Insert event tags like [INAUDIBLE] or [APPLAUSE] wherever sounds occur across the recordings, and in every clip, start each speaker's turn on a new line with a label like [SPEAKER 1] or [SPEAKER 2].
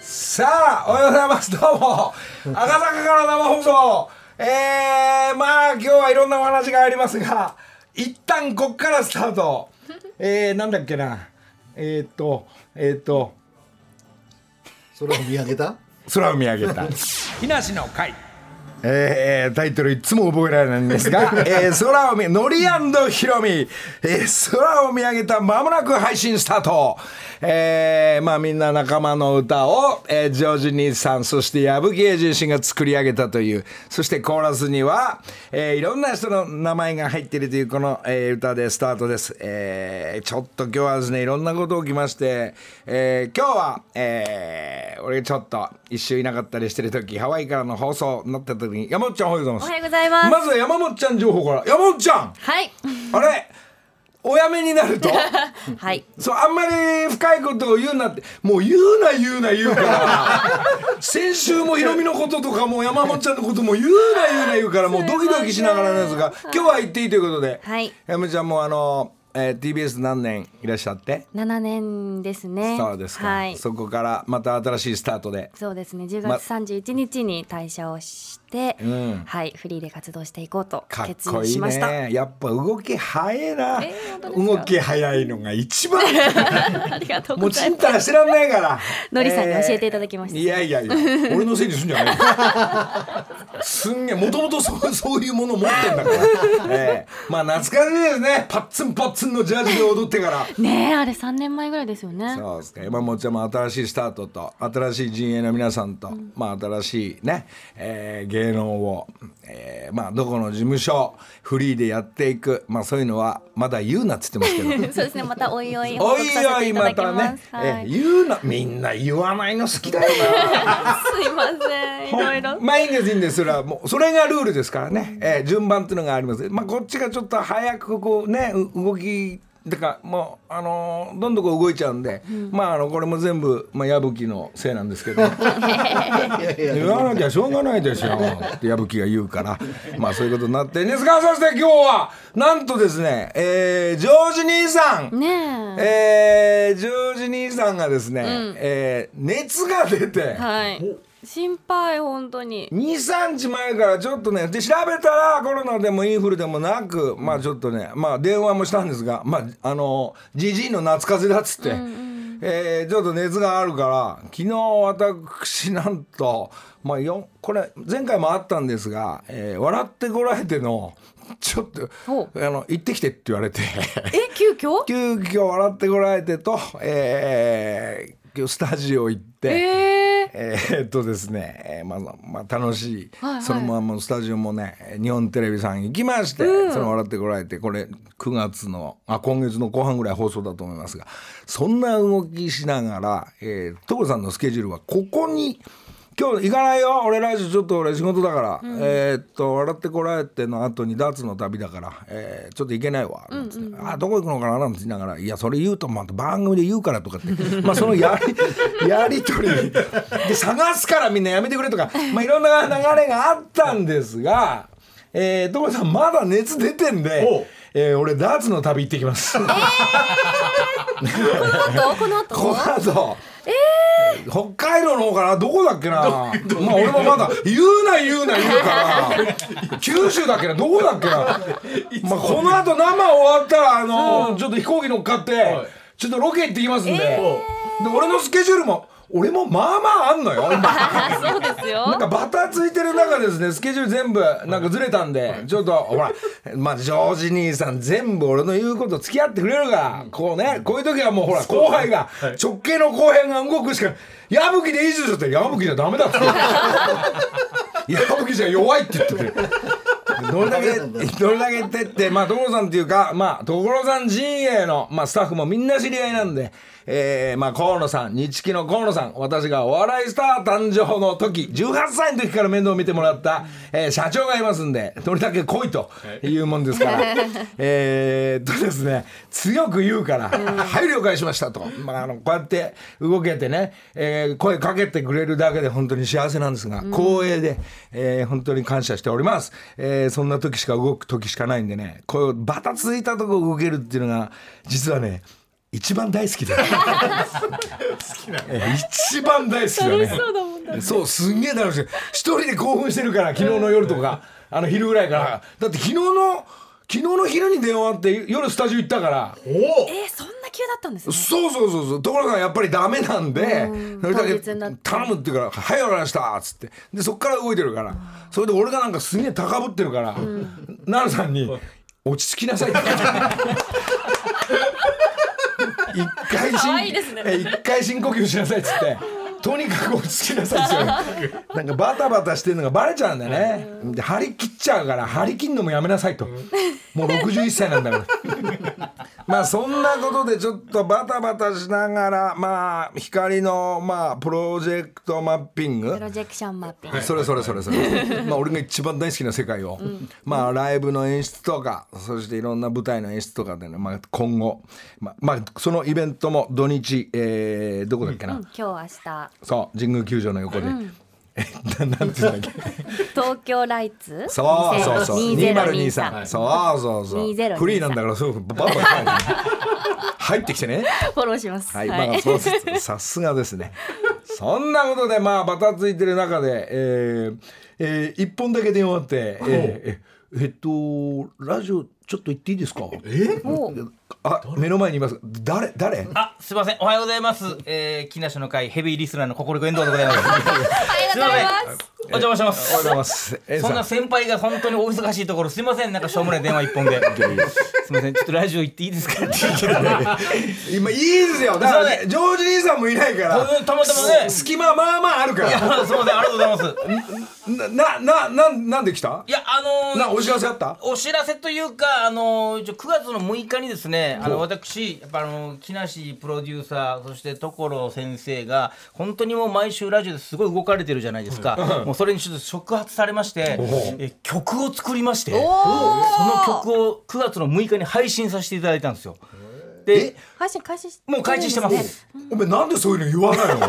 [SPEAKER 1] さあ、おはようございます。どうも。赤坂から生放送。えー、まあ、今日はいろんなお話がありますが、一旦こっからスタート。えー、なんだっけな。えー、っと、えー、っと、
[SPEAKER 2] 空を見上げた
[SPEAKER 1] 空を見上げた。日梨の会。えー、タイトルいつも覚えられないんですが「えー、空を見のりひろみ、えー、空を見上げたまもなく配信スタート」えー、まあみんな仲間の歌を、えー、ジョージ兄さんそして矢吹英二氏が作り上げたというそしてコーラスには、えー、いろんな人の名前が入っているというこの、えー、歌でスタートです、えー、ちょっと今日はですねいろんなこと起きまして、えー、今日は、えー、俺ちょっと一周いなかったりしてる時ハワイからの放送になった時山本ちゃんおはようございます
[SPEAKER 3] おはようございます
[SPEAKER 1] まずは山本ちゃん情報から山本ちゃん
[SPEAKER 3] はい [LAUGHS]
[SPEAKER 1] あれおやめになると
[SPEAKER 3] はい
[SPEAKER 1] そうあんまり深いことを言うなってもう言うな言うな言うから先週もヒロミのこととかも山本ちゃんのことも言うな言うな言うからもうドキドキしながらなんですが今日は言っていいということで、
[SPEAKER 3] はい、
[SPEAKER 1] 山本ちゃんもあの、えー、TBS 何年いらっしゃって
[SPEAKER 3] 7年ですね
[SPEAKER 1] そうですか、はい、そこからまた新しいスタートで
[SPEAKER 3] そうですね10月31日に退社をして、まうん、はいフリーで活動していこうと決意しました
[SPEAKER 1] か
[SPEAKER 3] [LAUGHS]
[SPEAKER 1] っこいいねやっぱ動き早いな、えー、動き早いのが一番
[SPEAKER 3] ありが [LAUGHS] とう
[SPEAKER 1] もうちんたら知らないから
[SPEAKER 3] のりさんに教えていただきました、
[SPEAKER 1] えー、いやいやいや俺のせいにすんじゃない
[SPEAKER 3] [LAUGHS]
[SPEAKER 1] すんげえもともとそうそういうもの持ってんだから、えー、まあ懐かしいですねパッツンパッツンのジャージで踊ってから
[SPEAKER 3] ねえあれ3年前ぐらいですよね
[SPEAKER 1] そうですか今もちろん新しいスタートと新しい陣営の皆さんと、うん、まあ新しいね、えー、芸能を、えー、まあどこの事務所フリーでやっていくまあそういうのはまだ言うなっつってます
[SPEAKER 3] [LAUGHS]
[SPEAKER 1] けど
[SPEAKER 3] [LAUGHS] そうですねまたおいおい
[SPEAKER 1] おいおいまたね、はい、えー、言うなみんな言わないの好きだよ [LAUGHS] な
[SPEAKER 3] すいませんいろいろ
[SPEAKER 1] まあいいんですいいんですそれはもうそれがルールですからね、えー、順番っていうのがありますまあこっちがちょっと早くこうね動きだからもうあのー、どんどん動いちゃうんで、うん、まああのこれも全部、まあ、矢吹のせいなんですけど言わなきゃしょうがないでしょって矢吹が言うからまあそういうことになってんですがそして今日はなんとですね、えー、ジョージ兄さん、
[SPEAKER 3] ね
[SPEAKER 1] ええー、ジョージ兄さんがですね、うん、えー、熱が出て。
[SPEAKER 3] はい心配本当に
[SPEAKER 1] 23日前からちょっとねで調べたらコロナでもインフルでもなくまあちょっとねまあ電話もしたんですがまああのじじいの夏風邪だっつって、うんうん、えー、ちょっと熱があるから昨日私なんとまあよこれ前回もあったんですが「えー、笑ってこらえての」ちょっとあの行ってきてって言わ [LAUGHS] れて
[SPEAKER 3] え急遽
[SPEAKER 1] 急遽笑ってこらえてとえー、今日スタジオ行って。
[SPEAKER 3] えー
[SPEAKER 1] えー、っとですね、えー、まあ、まあ、楽しい、はいはい、そのままスタジオもね日本テレビさん行きまして、うん、その笑ってこられてこれ9月のあ今月の後半ぐらい放送だと思いますがそんな動きしながら、えー、所さんのスケジュールはここに。今日行かないよ俺来週ちょっと俺仕事だから、うん、えー、っと「笑ってこらえて」の後にダーツの旅だから、えー、ちょっと行けないわ」なんつって、うんうん、あどこ行くのかな?」なんて言いながら「いやそれ言うとまた番組で言うから」とかって [LAUGHS] まあそのやり [LAUGHS] やり取りで探すからみんなやめてくれと [LAUGHS] か、まあ、いろんな流れがあったんですが。えー、所さんまだ熱出てんで、えー、俺ダーツの旅行ってきます。えー、
[SPEAKER 3] この後こ
[SPEAKER 1] の後この後えー北海道の方からどこだっけなまあ俺もまだ言うな言うな言うから九州だっけなどこだっけなまあこの後生終わったらあのちょっと飛行機乗っかってちょっとロケ行ってきますんで,、で俺のスケジュールも俺もまあまああんのよ。
[SPEAKER 3] [LAUGHS] そうですよ。
[SPEAKER 1] なんかバタついてる中ですね、スケジュール全部なんかずれたんで、ちょっとほら、まあジョージ兄さん全部俺の言うこと付き合ってくれるが、こうね、こういう時はもうほら後輩が直系の後輩が動くしか、矢吹でいいじゃんって矢吹じゃダメだって。 [LAUGHS] 矢吹じゃ弱いって言ってくれ。どれだけ、どれだけってって、まあ、所さんっていうか、まあ、所さん陣営の、まあ、スタッフもみんな知り合いなんで、えー、まあ、河野さん、日記の河野さん、私がお笑いスター誕生の時、18歳の時から面倒を見てもらった、えー、社長がいますんで、どれだけ来いというもんですから、えーとですね、強く言うから、はい、了解しましたと。まあ、あの、こうやって動けてね、えー、声かけてくれるだけで本当に幸せなんですが、光栄で、えー、本当に感謝しております。えーそんな時しか動く時しかないんでねこうバタついたとこ動けるっていうのが実はね一番 [LAUGHS] 大好きだよええ一番大好きだ
[SPEAKER 3] 楽
[SPEAKER 1] ね
[SPEAKER 3] しそうだもんだって
[SPEAKER 1] そうすんげえ楽しい一人で興奮してるから昨日の夜とかあの昼ぐらいからだって昨日の昨日の昼に電話あって夜スタジオ行ったから
[SPEAKER 2] おお
[SPEAKER 3] えー、そんな急だったんですね
[SPEAKER 1] そうそうそうそうところがやっぱりダメなんで
[SPEAKER 3] うん
[SPEAKER 1] それだけ
[SPEAKER 3] 当日にな
[SPEAKER 1] 頼
[SPEAKER 3] って
[SPEAKER 1] むって言うから「はいわかりました」っつってでそっから動いてるからそれで俺がなんかすげえ高ぶってるから奈良さんに「落ち着きなさい」っ
[SPEAKER 3] [LAUGHS]
[SPEAKER 1] て言った一回
[SPEAKER 3] 可愛いですね
[SPEAKER 1] え一回深呼吸しなさいっつって。とにかく落ち着きなさいですよ。なんかバタバタしてるのがバレちゃうんだよね。で張り切っちゃうから張り切んのもやめなさいと。もう61歳なんだから。まあそんなことでちょっとバタバタしながらまあ光のまあプロジェクトマッピング
[SPEAKER 3] プロジェクションマッピング、
[SPEAKER 1] それそれそれそれまあ俺が一番大好きな世界を、まあライブの演出とかそしていろんな舞台の演出とかでね、まあ、今後、まあ、まあそのイベントも土日、えーどこだっけな、
[SPEAKER 3] うん今日明
[SPEAKER 1] そう神宮球場の横で、えななんていうんだっけ
[SPEAKER 3] 日東京ライツ
[SPEAKER 1] そうそうそう
[SPEAKER 3] 2023
[SPEAKER 1] 2023そうそうそう
[SPEAKER 3] 2023
[SPEAKER 1] フリーなんだからそうバンバン入る入ってきてね
[SPEAKER 3] フォローします
[SPEAKER 1] はい、まあそうです [LAUGHS] さすがですね。そんなことでまあバタついてる中で、えーえー一本だけ電話あって、えーええっとラジオちょっと行っていいですか。
[SPEAKER 2] え
[SPEAKER 3] もう
[SPEAKER 1] あ目の前にいます。誰誰？
[SPEAKER 4] あ、すみません。おはようございます。えー、木梨の会ヘビーリスナーの心遠藤でございます。おはようございます。お邪魔しま
[SPEAKER 1] おはようご
[SPEAKER 4] す
[SPEAKER 1] ざい。ます。え
[SPEAKER 4] そんな先輩が本当にお忙しいところすみませんなんかしょうもない電話一本で [LAUGHS] すみませんちょっとラジオ行っていい [LAUGHS] ですかって言うけどね
[SPEAKER 1] 今いいですよ。だから、ね、ジョージ兄さんもいないから。
[SPEAKER 4] うんたまたまね
[SPEAKER 1] す隙間まあまああるか
[SPEAKER 4] いやす
[SPEAKER 1] ら。
[SPEAKER 4] みませんありがとうございます
[SPEAKER 1] ななななんなんで来た
[SPEAKER 4] い？やあの
[SPEAKER 1] な
[SPEAKER 4] ー、
[SPEAKER 1] お知らせあった？
[SPEAKER 4] お知らせというか、あの一応9月の6日にですね、あの私、やっぱあの木梨プロデューサー、そして所先生が、本当にもう毎週ラジオですごい動かれてるじゃないですか、もうそれにちょっと触発されまして、え曲を作りまして、その曲を9月の6日に配信させていただいたんですよ。で
[SPEAKER 3] 配信開始し
[SPEAKER 4] もう開始してます
[SPEAKER 3] [LAUGHS] そうでね
[SPEAKER 1] お前なんでそういうの言わないの？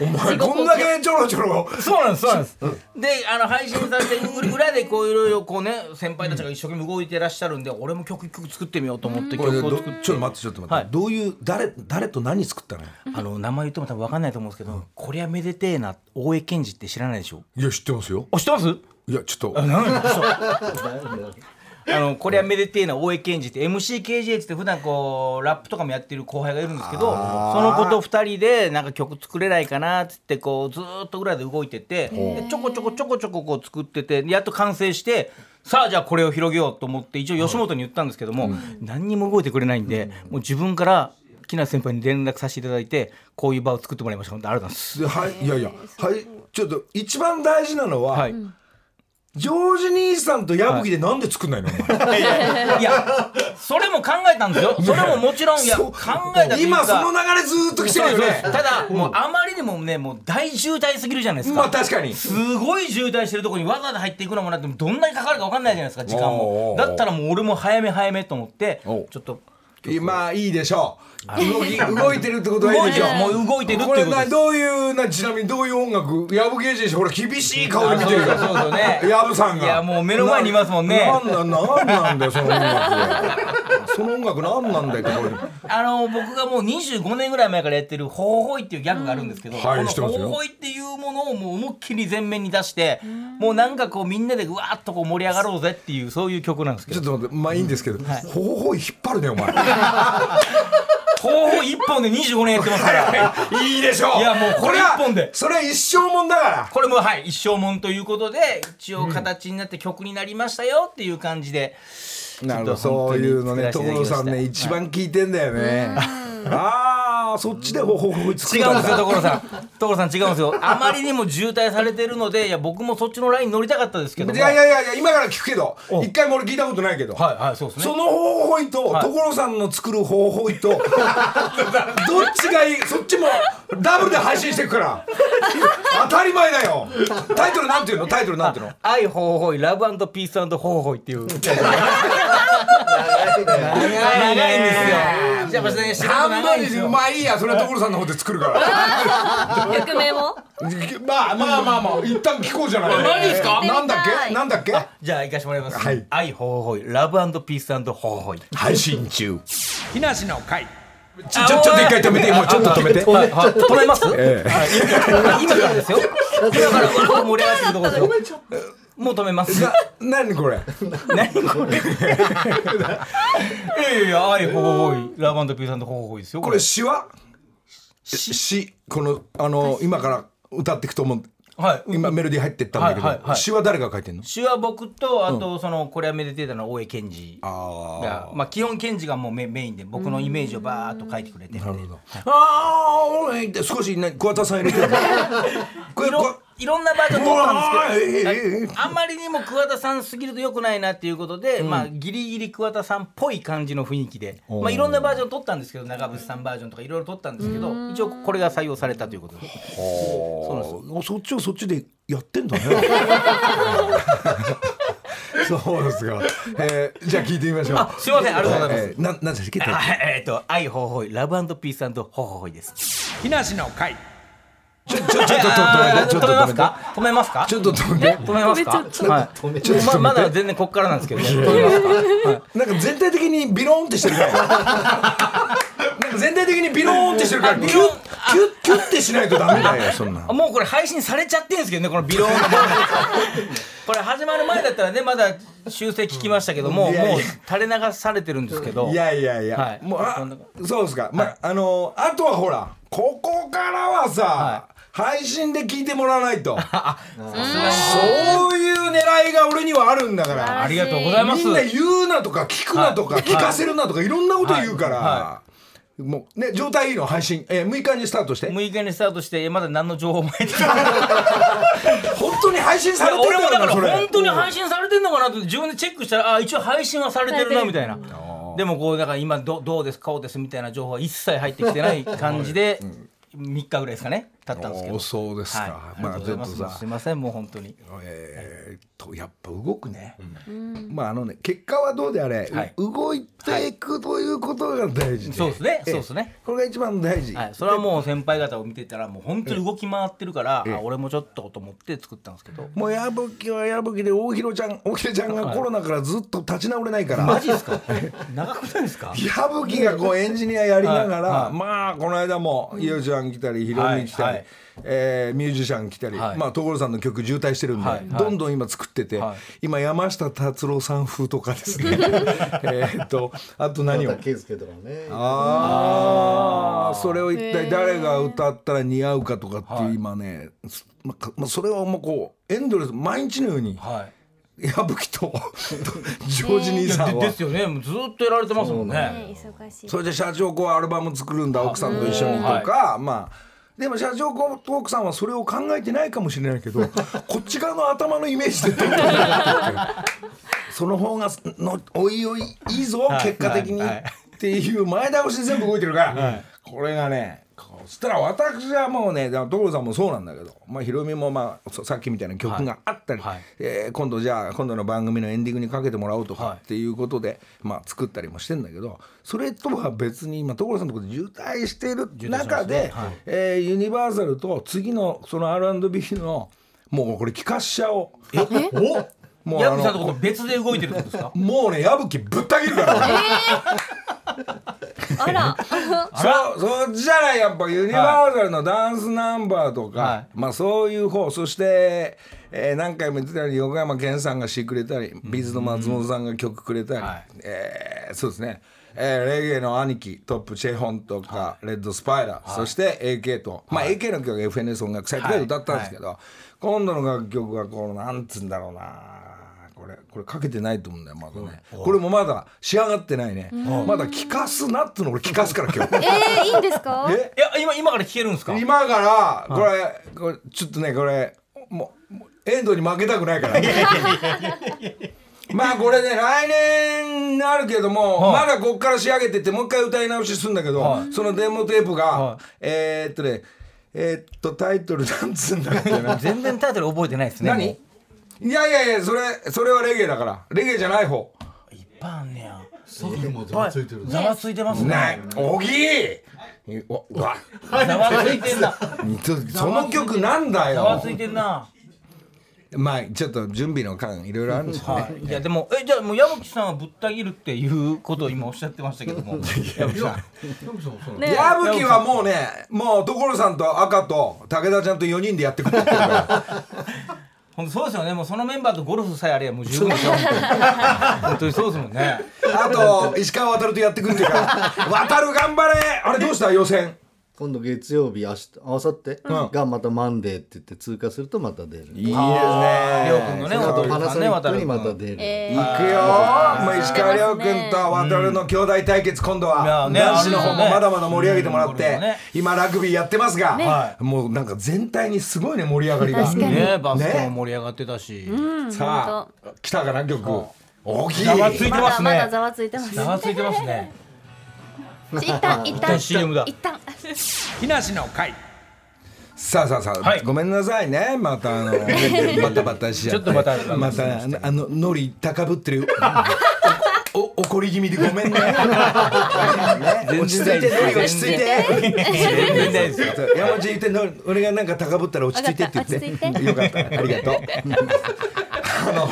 [SPEAKER 1] お前こんだけちょろちょろ。
[SPEAKER 4] そうなんですそうなんです、であの配信されて裏裏でこうい [LAUGHS] ろいろこうね先輩たちが一生懸命動いてらっしゃるんで、俺も曲一曲作ってみようと思って
[SPEAKER 1] これ
[SPEAKER 4] 曲
[SPEAKER 1] どちょ
[SPEAKER 4] を作
[SPEAKER 1] っ
[SPEAKER 4] って
[SPEAKER 1] と待ってちょっと待って、
[SPEAKER 4] はい
[SPEAKER 1] どういう誰誰と何作ったのい
[SPEAKER 4] あの名前言っても多分分かんないと思うんですけど、こりゃめでてえな大江健二って知らないでしょ
[SPEAKER 1] や知ってますよ
[SPEAKER 4] あ知ってます
[SPEAKER 1] いやちょっと
[SPEAKER 4] [LAUGHS] あのこりゃめでてえな大江健二って MCKGH って普段こうラップとかもやってる後輩がいるんですけどその子と2人でなんか曲作れないかなっつってこうずーっと裏で動いててでちょこちょこちょこちょここう作っててやっと完成してさあじゃあこれを広げようと思って一応吉本に言ったんですけども、何にも動いてくれないんで、もう自分から木梨先輩に連絡させていただいてこういう場を作ってもらいました本当にありがとうございます。
[SPEAKER 1] ではいいやいやはいちょっと一番大事なのは、
[SPEAKER 4] はい
[SPEAKER 1] ジョージ兄さんと矢吹でなんで作んないの、お前
[SPEAKER 4] いや、それも考えたんですよ。それももちろん、いや、
[SPEAKER 1] そう
[SPEAKER 4] 考えたというか
[SPEAKER 1] 今その流れずーっと来てるよ
[SPEAKER 4] そうです
[SPEAKER 1] ね
[SPEAKER 4] ただ、もうあまりにもね、もう大渋滞すぎるじゃないです
[SPEAKER 1] まあ
[SPEAKER 4] か。
[SPEAKER 1] 確かに
[SPEAKER 4] すごい渋滞してるところにわざわざ入っていくのもなってどんなにかかるかわかんないじゃないですか時間
[SPEAKER 1] おうおうお
[SPEAKER 4] も
[SPEAKER 1] う
[SPEAKER 4] だったらもう俺も早め早めと思って
[SPEAKER 1] おう
[SPEAKER 4] ちょっと
[SPEAKER 1] まあいいでしょう動き動いてるってことはいい
[SPEAKER 4] 動い
[SPEAKER 1] で
[SPEAKER 4] て
[SPEAKER 1] しょ
[SPEAKER 4] るもう [LAUGHS] 動いてるって
[SPEAKER 1] こ
[SPEAKER 4] いうこと
[SPEAKER 1] れ
[SPEAKER 4] です
[SPEAKER 1] などういうなちなみにどういう音楽矢吹刑事でしょほら厳しい顔で見てるから
[SPEAKER 4] そうそうそうね
[SPEAKER 1] 矢吹さんが
[SPEAKER 4] いやもう目の前にいますもんね
[SPEAKER 1] ななんだなんなんだよその音
[SPEAKER 4] [LAUGHS]
[SPEAKER 1] 楽その音楽なんなんだよってこれ
[SPEAKER 4] あの僕がもう25年ぐらい前からやってる「ほほほい」っていうギャグがあるんですけど、
[SPEAKER 1] うんはい知って
[SPEAKER 4] こ
[SPEAKER 1] ま
[SPEAKER 4] の
[SPEAKER 1] す
[SPEAKER 4] ほ
[SPEAKER 1] よ
[SPEAKER 4] ほほいっていうものをもう思いっきり前面に出して、もうなんかこうみんなでうわーっとこう盛り上がろうぜっていうそういう曲なんですけ
[SPEAKER 1] ちょっ
[SPEAKER 4] ど
[SPEAKER 1] と待って、まあいいんですけど、
[SPEAKER 4] はい
[SPEAKER 1] ほほほい引っ張るね、お前。
[SPEAKER 4] [LAUGHS] 「ほほほい」一本で25年やってますから
[SPEAKER 1] いいでしょ
[SPEAKER 4] いやもうこれ
[SPEAKER 1] は
[SPEAKER 4] 一本で
[SPEAKER 1] それは一生もんだから。
[SPEAKER 4] これもはい一生もんということで一応形になって曲になりましたよっていう感じで、
[SPEAKER 1] なるほど、
[SPEAKER 4] ちょっと
[SPEAKER 1] そういうのね、
[SPEAKER 4] 本当に
[SPEAKER 1] 所さんね、
[SPEAKER 4] はい
[SPEAKER 1] 一番聞いてんだよね。ああ、そっちでほほほい作っ
[SPEAKER 4] 違
[SPEAKER 1] た
[SPEAKER 4] うん
[SPEAKER 1] ん
[SPEAKER 4] ですよ
[SPEAKER 1] だ。
[SPEAKER 4] 所さん所さん違うんですよあまりにも渋滞されてるのでいや僕もそっちのライン乗りたかったですけども
[SPEAKER 1] いやいやいやいや、今から聞くけど、
[SPEAKER 4] お
[SPEAKER 1] 一回も俺聞いたことないけど。
[SPEAKER 4] はいはいそうですね
[SPEAKER 1] そのほほほいと、
[SPEAKER 4] い
[SPEAKER 1] 所さんの作るほほほいと、ど [LAUGHS] っちがいい、そっちもダブルで配信していくから。当たり前だよ。タイトルなんていうのタイトルなんていうの
[SPEAKER 4] 愛ほうほいラブピースほうほいっていう長い
[SPEAKER 2] 長いね
[SPEAKER 4] んですよじゃあまあね仕事
[SPEAKER 1] 半
[SPEAKER 4] 長い
[SPEAKER 1] 分
[SPEAKER 4] んですよ
[SPEAKER 1] にまあいいやそれは所さんの方で作るから
[SPEAKER 3] 役名も
[SPEAKER 1] [LAUGHS] まあまあまあまあ一旦聞こうじゃない
[SPEAKER 4] マジですか
[SPEAKER 1] なんだ
[SPEAKER 3] やり
[SPEAKER 1] ったけ
[SPEAKER 3] い
[SPEAKER 1] なんだっけ
[SPEAKER 4] じゃあ行かしてもらいます
[SPEAKER 1] はい
[SPEAKER 4] 愛ほうほいラブピースほうほい
[SPEAKER 1] 配信中木梨の会ちょちょちょっと一回止めてもうちょっと止めて
[SPEAKER 4] 止め止めます
[SPEAKER 1] ええ
[SPEAKER 4] はい今か
[SPEAKER 2] [LAUGHS]
[SPEAKER 4] らですよ今からわー盛り上がってるとこですよ
[SPEAKER 2] ちょっ
[SPEAKER 4] もう止めます
[SPEAKER 1] な何これ
[SPEAKER 4] 何これいやいやいや、あいほほほい、ラバンドピーさんとほほほいですよ。
[SPEAKER 1] これ詩は詩このあの今から歌っていくと思う
[SPEAKER 4] はい、
[SPEAKER 1] 今メロディー入ってったんだけ
[SPEAKER 4] はいはいは
[SPEAKER 1] ど
[SPEAKER 4] い
[SPEAKER 1] 詩は誰が書いてんの
[SPEAKER 4] 主は僕と、あと、その、これはメディテーターの大江健二が。
[SPEAKER 1] あ
[SPEAKER 4] まあ、基本健二がもうメ、メインで、僕のイメージをバーっと書いてくれて。
[SPEAKER 1] あなるほどあー俺って少しね桑田さん
[SPEAKER 4] [LAUGHS]
[SPEAKER 1] 入れてるこれ
[SPEAKER 4] いろ
[SPEAKER 1] こ、
[SPEAKER 4] いろんなバージョン撮ったんですけど
[SPEAKER 1] うわーええええ。
[SPEAKER 4] あんまりにも桑田さんすぎると良くないなっていうことで、まあギリギリ桑田さんっぽい感じの雰囲気で、まあいろんなバージョン撮ったんですけど、長渕さんバージョンとかいろいろ撮ったんですけど、一応これが採用されたということで。そうなんです
[SPEAKER 1] そ
[SPEAKER 4] よ。
[SPEAKER 1] っちはそっちでやってんだね [LAUGHS] そうですか、えー、じゃあ聞いてみましょう
[SPEAKER 4] あ、すいません、ありがとうございます。
[SPEAKER 1] えー、ななんでしたっけ
[SPEAKER 4] あえっと、愛ほほい、ラブピースほほほいです。
[SPEAKER 1] 木梨の会ちょちょちょっと止め
[SPEAKER 4] あ [LAUGHS]
[SPEAKER 1] てちょっと
[SPEAKER 4] 止め
[SPEAKER 1] 止め
[SPEAKER 4] ます
[SPEAKER 1] て
[SPEAKER 4] か。止めますか。
[SPEAKER 1] ちょっと止めて
[SPEAKER 4] 止めますか。
[SPEAKER 3] 止めち
[SPEAKER 4] は
[SPEAKER 2] と止め
[SPEAKER 4] い。
[SPEAKER 2] ちゃ
[SPEAKER 4] ままだ全然こっからなんですけどね。止めますか。
[SPEAKER 1] なんか全体的にビローンってしてる
[SPEAKER 4] [LAUGHS]
[SPEAKER 1] からなんか全体的にビローンってしてるからキュッ
[SPEAKER 4] ビ
[SPEAKER 1] キ
[SPEAKER 4] ロ
[SPEAKER 1] ュ
[SPEAKER 4] ーン
[SPEAKER 1] ッキュッってしないとダメだよそんな
[SPEAKER 4] あもうこれ配信されちゃってんですけどね、このビローンのこれ始まる前だったらね、まだ修正聞きましたけども、
[SPEAKER 1] うんいやいや
[SPEAKER 4] もう垂れ流されてるんですけど。
[SPEAKER 1] いやいやいや、
[SPEAKER 4] はい
[SPEAKER 1] もう
[SPEAKER 4] そ
[SPEAKER 1] あ
[SPEAKER 4] んな
[SPEAKER 1] そうですか、まああのあとはほらここからはさ、
[SPEAKER 4] は
[SPEAKER 1] 配信で聞いてもらわないと
[SPEAKER 4] [LAUGHS] あ、
[SPEAKER 1] そういう狙いが俺にはあるんだから
[SPEAKER 4] ありがとうございます。
[SPEAKER 1] みんな言うなとか聞くなとか、聞かせるなとかいろんなこと言うから、
[SPEAKER 4] は
[SPEAKER 1] もうね状態いいの配信、えー、6日にスタートして
[SPEAKER 4] 6日にスタートして、まだ何の情報も入ってない。
[SPEAKER 1] [LAUGHS] 本当に配信されてる
[SPEAKER 4] 俺も
[SPEAKER 1] んだか
[SPEAKER 4] だからら
[SPEAKER 1] それ
[SPEAKER 4] 本当に配信されてんのかなと思って自分でチェックしたらあ一応配信はされてるなみ
[SPEAKER 1] [LAUGHS]
[SPEAKER 4] たいなでもこうだから今どどうですこうですみたいな情報は一切入ってきてない感じで3日ぐらいですかね経ったんですけ
[SPEAKER 1] おー
[SPEAKER 4] ど
[SPEAKER 1] そうですか、
[SPEAKER 4] はい、あり
[SPEAKER 1] ま
[SPEAKER 4] が
[SPEAKER 1] あ
[SPEAKER 4] とうご
[SPEAKER 1] ち
[SPEAKER 4] ざ
[SPEAKER 1] ょっ
[SPEAKER 4] いま
[SPEAKER 1] とさ
[SPEAKER 4] すすいませんもう本当に
[SPEAKER 1] えーっとやっぱ動くね、まああのね結果はどうであれ、
[SPEAKER 4] はい
[SPEAKER 1] 動いていくということが大事で、
[SPEAKER 4] そうですね
[SPEAKER 1] ええ
[SPEAKER 4] そうですね
[SPEAKER 1] これが一番大事、
[SPEAKER 4] はい、それはもう先輩方を見てたらもう本当に動き回ってるから、あ俺もちょっとと思って作ったんですけど
[SPEAKER 1] もう矢吹は矢吹で大広ちゃん大広ちゃんがコロナからずっと立ち直れないから、
[SPEAKER 4] マジですか長くな
[SPEAKER 1] [LAUGHS]
[SPEAKER 4] いですか
[SPEAKER 1] 矢吹がこうエンジニアやりながら、
[SPEAKER 4] はいは
[SPEAKER 1] まあこの間も伊代ちゃん来たりヒロミ来たり、
[SPEAKER 4] はいはい
[SPEAKER 1] えーミュージシャン来たり、
[SPEAKER 4] はい
[SPEAKER 1] まあ所さんの曲渋滞してるんで、
[SPEAKER 4] はいはい
[SPEAKER 1] どんどん今作ってて、
[SPEAKER 4] はい
[SPEAKER 1] 今山下達郎さん風とかです
[SPEAKER 4] [LAUGHS]
[SPEAKER 1] ねえっとあと何を
[SPEAKER 2] と圭介とかね
[SPEAKER 1] ああそれを一体誰が歌ったら似合うかとかっていう今ね、すまあかまあ、それはもうこうエンドレス毎日のように
[SPEAKER 4] はい
[SPEAKER 1] 矢吹とジョージ兄
[SPEAKER 4] い
[SPEAKER 1] さ
[SPEAKER 4] や
[SPEAKER 1] ん
[SPEAKER 4] で
[SPEAKER 1] は。
[SPEAKER 4] ですよねもうずっとやられてますもんね
[SPEAKER 3] ね忙しい。
[SPEAKER 1] それで社長こうアルバム作るんだ奥さんと一緒にとか、まあでも社長こう奥さんはそれを考えてないかもしれない
[SPEAKER 4] [LAUGHS]
[SPEAKER 1] けどこっち側の頭のイメージでどんどんやってってその方がのおいおいいいぞ、
[SPEAKER 4] い
[SPEAKER 1] 結果的に、
[SPEAKER 4] はいはい
[SPEAKER 1] っていう前倒しで全部動いてるから、これがねこうそしたら私はもうねだから所さんもそうなんだけど、まあ、ヒロミも、まあ、そさっきみたいな曲があったり、
[SPEAKER 4] はいはい
[SPEAKER 1] えー今度じゃあ今度の番組のエンディングにかけてもらおうと
[SPEAKER 4] はい
[SPEAKER 1] かっていうことで、まあ、作ったりもしてんだけどそれとは別に今所さんのところで渋滞してる中でえーユニバーサルと次のその R&B のもうこれ聞かしちゃおう。おもう
[SPEAKER 4] 矢
[SPEAKER 1] あ
[SPEAKER 4] 吹さんとこ
[SPEAKER 1] の
[SPEAKER 4] と別で動いてるってことですか
[SPEAKER 1] もうね矢吹ぶった切るからね
[SPEAKER 3] あら、 [LAUGHS]
[SPEAKER 1] そうそっちじゃないやっぱユニバーサルのダンスナンバーとか、
[SPEAKER 4] はい
[SPEAKER 1] まあそういう方そして、えー何回も言ってたように横山健さんが詩くれたり、ビーズの松本さんが曲くれたり、
[SPEAKER 4] はい
[SPEAKER 1] えーそうですね、えーレゲエの兄貴トップチェホンとか、レッドスパイラー、そして AK と、まあ AK の曲は FNS 音楽祭とかで歌ったんですけど、今度の楽曲はこうなんつうんだろうなこれこれかけてないと思うんだよまだねこれもまだ仕上がってないねまだ聞かすなっつうの俺聞かすから今日
[SPEAKER 3] えー、いいんですか？
[SPEAKER 1] え
[SPEAKER 4] いや今今から聞けるんですか
[SPEAKER 1] 今からこれこれちょっとねこれもうもう遠藤に負けたくないから [LAUGHS] まあこれね来年になるけども、
[SPEAKER 4] はい
[SPEAKER 1] まだこっから仕上げてってもう一回歌い直しするんだけど、
[SPEAKER 4] はい
[SPEAKER 1] そのデモテープが、
[SPEAKER 4] はい
[SPEAKER 1] えー、っとねえーっとタイトルなんつうんだっけ
[SPEAKER 4] [LAUGHS]
[SPEAKER 1] な
[SPEAKER 4] 全然タイトル覚えてないですね。
[SPEAKER 1] 何
[SPEAKER 4] もう
[SPEAKER 1] いやいやいやそれそれはレゲエだからレゲエじゃない方
[SPEAKER 4] いっぱいあんねや。
[SPEAKER 2] そういうもざわついてる
[SPEAKER 4] ざわついてます
[SPEAKER 1] な
[SPEAKER 4] ね
[SPEAKER 1] い。おぎーおう
[SPEAKER 4] [LAUGHS]
[SPEAKER 1] わ
[SPEAKER 4] ざわついてんな。
[SPEAKER 1] その曲なんだ
[SPEAKER 4] ざわ
[SPEAKER 1] よ
[SPEAKER 4] ついてんな。
[SPEAKER 1] まあちょっと準備の間いろいろあるんですよね、
[SPEAKER 4] はい、いやでもえじゃあもう矢吹さんはぶった切るっていうことを今おっしゃってましたけども矢吹さん
[SPEAKER 3] ね
[SPEAKER 1] 矢吹はもうねもう所さんと赤と武田ちゃんと4人でやってくれてるから
[SPEAKER 4] [LAUGHS] 本当そうですよねもうそのメンバーとゴルフさえあればもう十分でしょ本当にそうですもんね
[SPEAKER 1] あと石川渡るとやってくるっていうから渡る頑張れあれどうした予選
[SPEAKER 2] 今度月曜日明日あ明後日
[SPEAKER 1] うん
[SPEAKER 2] がまたマンデーって言って通過するとまた出
[SPEAKER 1] い
[SPEAKER 2] る。
[SPEAKER 1] いですね
[SPEAKER 4] りょうくんのね
[SPEAKER 2] あ
[SPEAKER 4] 渡
[SPEAKER 2] と
[SPEAKER 4] る
[SPEAKER 2] パナ
[SPEAKER 4] さん
[SPEAKER 2] ソニ
[SPEAKER 4] ね
[SPEAKER 2] ッ
[SPEAKER 4] 渡
[SPEAKER 2] ク
[SPEAKER 4] る
[SPEAKER 2] に
[SPEAKER 4] 君
[SPEAKER 2] また出る。
[SPEAKER 1] 行く
[SPEAKER 3] え
[SPEAKER 1] よ
[SPEAKER 3] ー
[SPEAKER 1] もう石川遼君と渡るの兄弟対決今度
[SPEAKER 4] いや
[SPEAKER 1] は
[SPEAKER 4] ーね
[SPEAKER 1] 男子の方
[SPEAKER 4] あれ
[SPEAKER 1] も
[SPEAKER 4] ね
[SPEAKER 1] まだまだ盛り上げてもらっ
[SPEAKER 4] うん
[SPEAKER 1] て
[SPEAKER 4] うんね
[SPEAKER 1] 今ラグビーやってますが
[SPEAKER 4] ね
[SPEAKER 1] もうなんか全体にすごいね盛り上がりが
[SPEAKER 3] 確かに
[SPEAKER 4] ねバスケも盛り上がってたし、
[SPEAKER 3] うん
[SPEAKER 1] さ
[SPEAKER 3] 本
[SPEAKER 1] あ来たかな曲大きい
[SPEAKER 4] ざわついて
[SPEAKER 3] 当ま
[SPEAKER 4] ま
[SPEAKER 3] だ
[SPEAKER 4] す
[SPEAKER 3] まだ
[SPEAKER 4] ね
[SPEAKER 3] ざわついてます
[SPEAKER 4] ざわついてますね
[SPEAKER 3] 一旦一旦
[SPEAKER 4] CM だ
[SPEAKER 3] 一旦
[SPEAKER 4] 木梨の会
[SPEAKER 1] さあさあさあ、
[SPEAKER 4] はい
[SPEAKER 1] ごめんなさいねまたあ
[SPEAKER 4] [LAUGHS]
[SPEAKER 1] のバタバタしちゃって
[SPEAKER 4] ちょっとバタバタ
[SPEAKER 1] またあのノリ高ぶってる
[SPEAKER 4] [LAUGHS]
[SPEAKER 1] おお怒り気味でごめんねね
[SPEAKER 4] 全然
[SPEAKER 1] 落ち着いてノリ落ち着いて
[SPEAKER 4] 全然大丈夫ですよ
[SPEAKER 1] 山内言っての俺がなんか高ぶったら落ち着いてって言って
[SPEAKER 3] わかった落ち着いて
[SPEAKER 1] よかったありがとうあの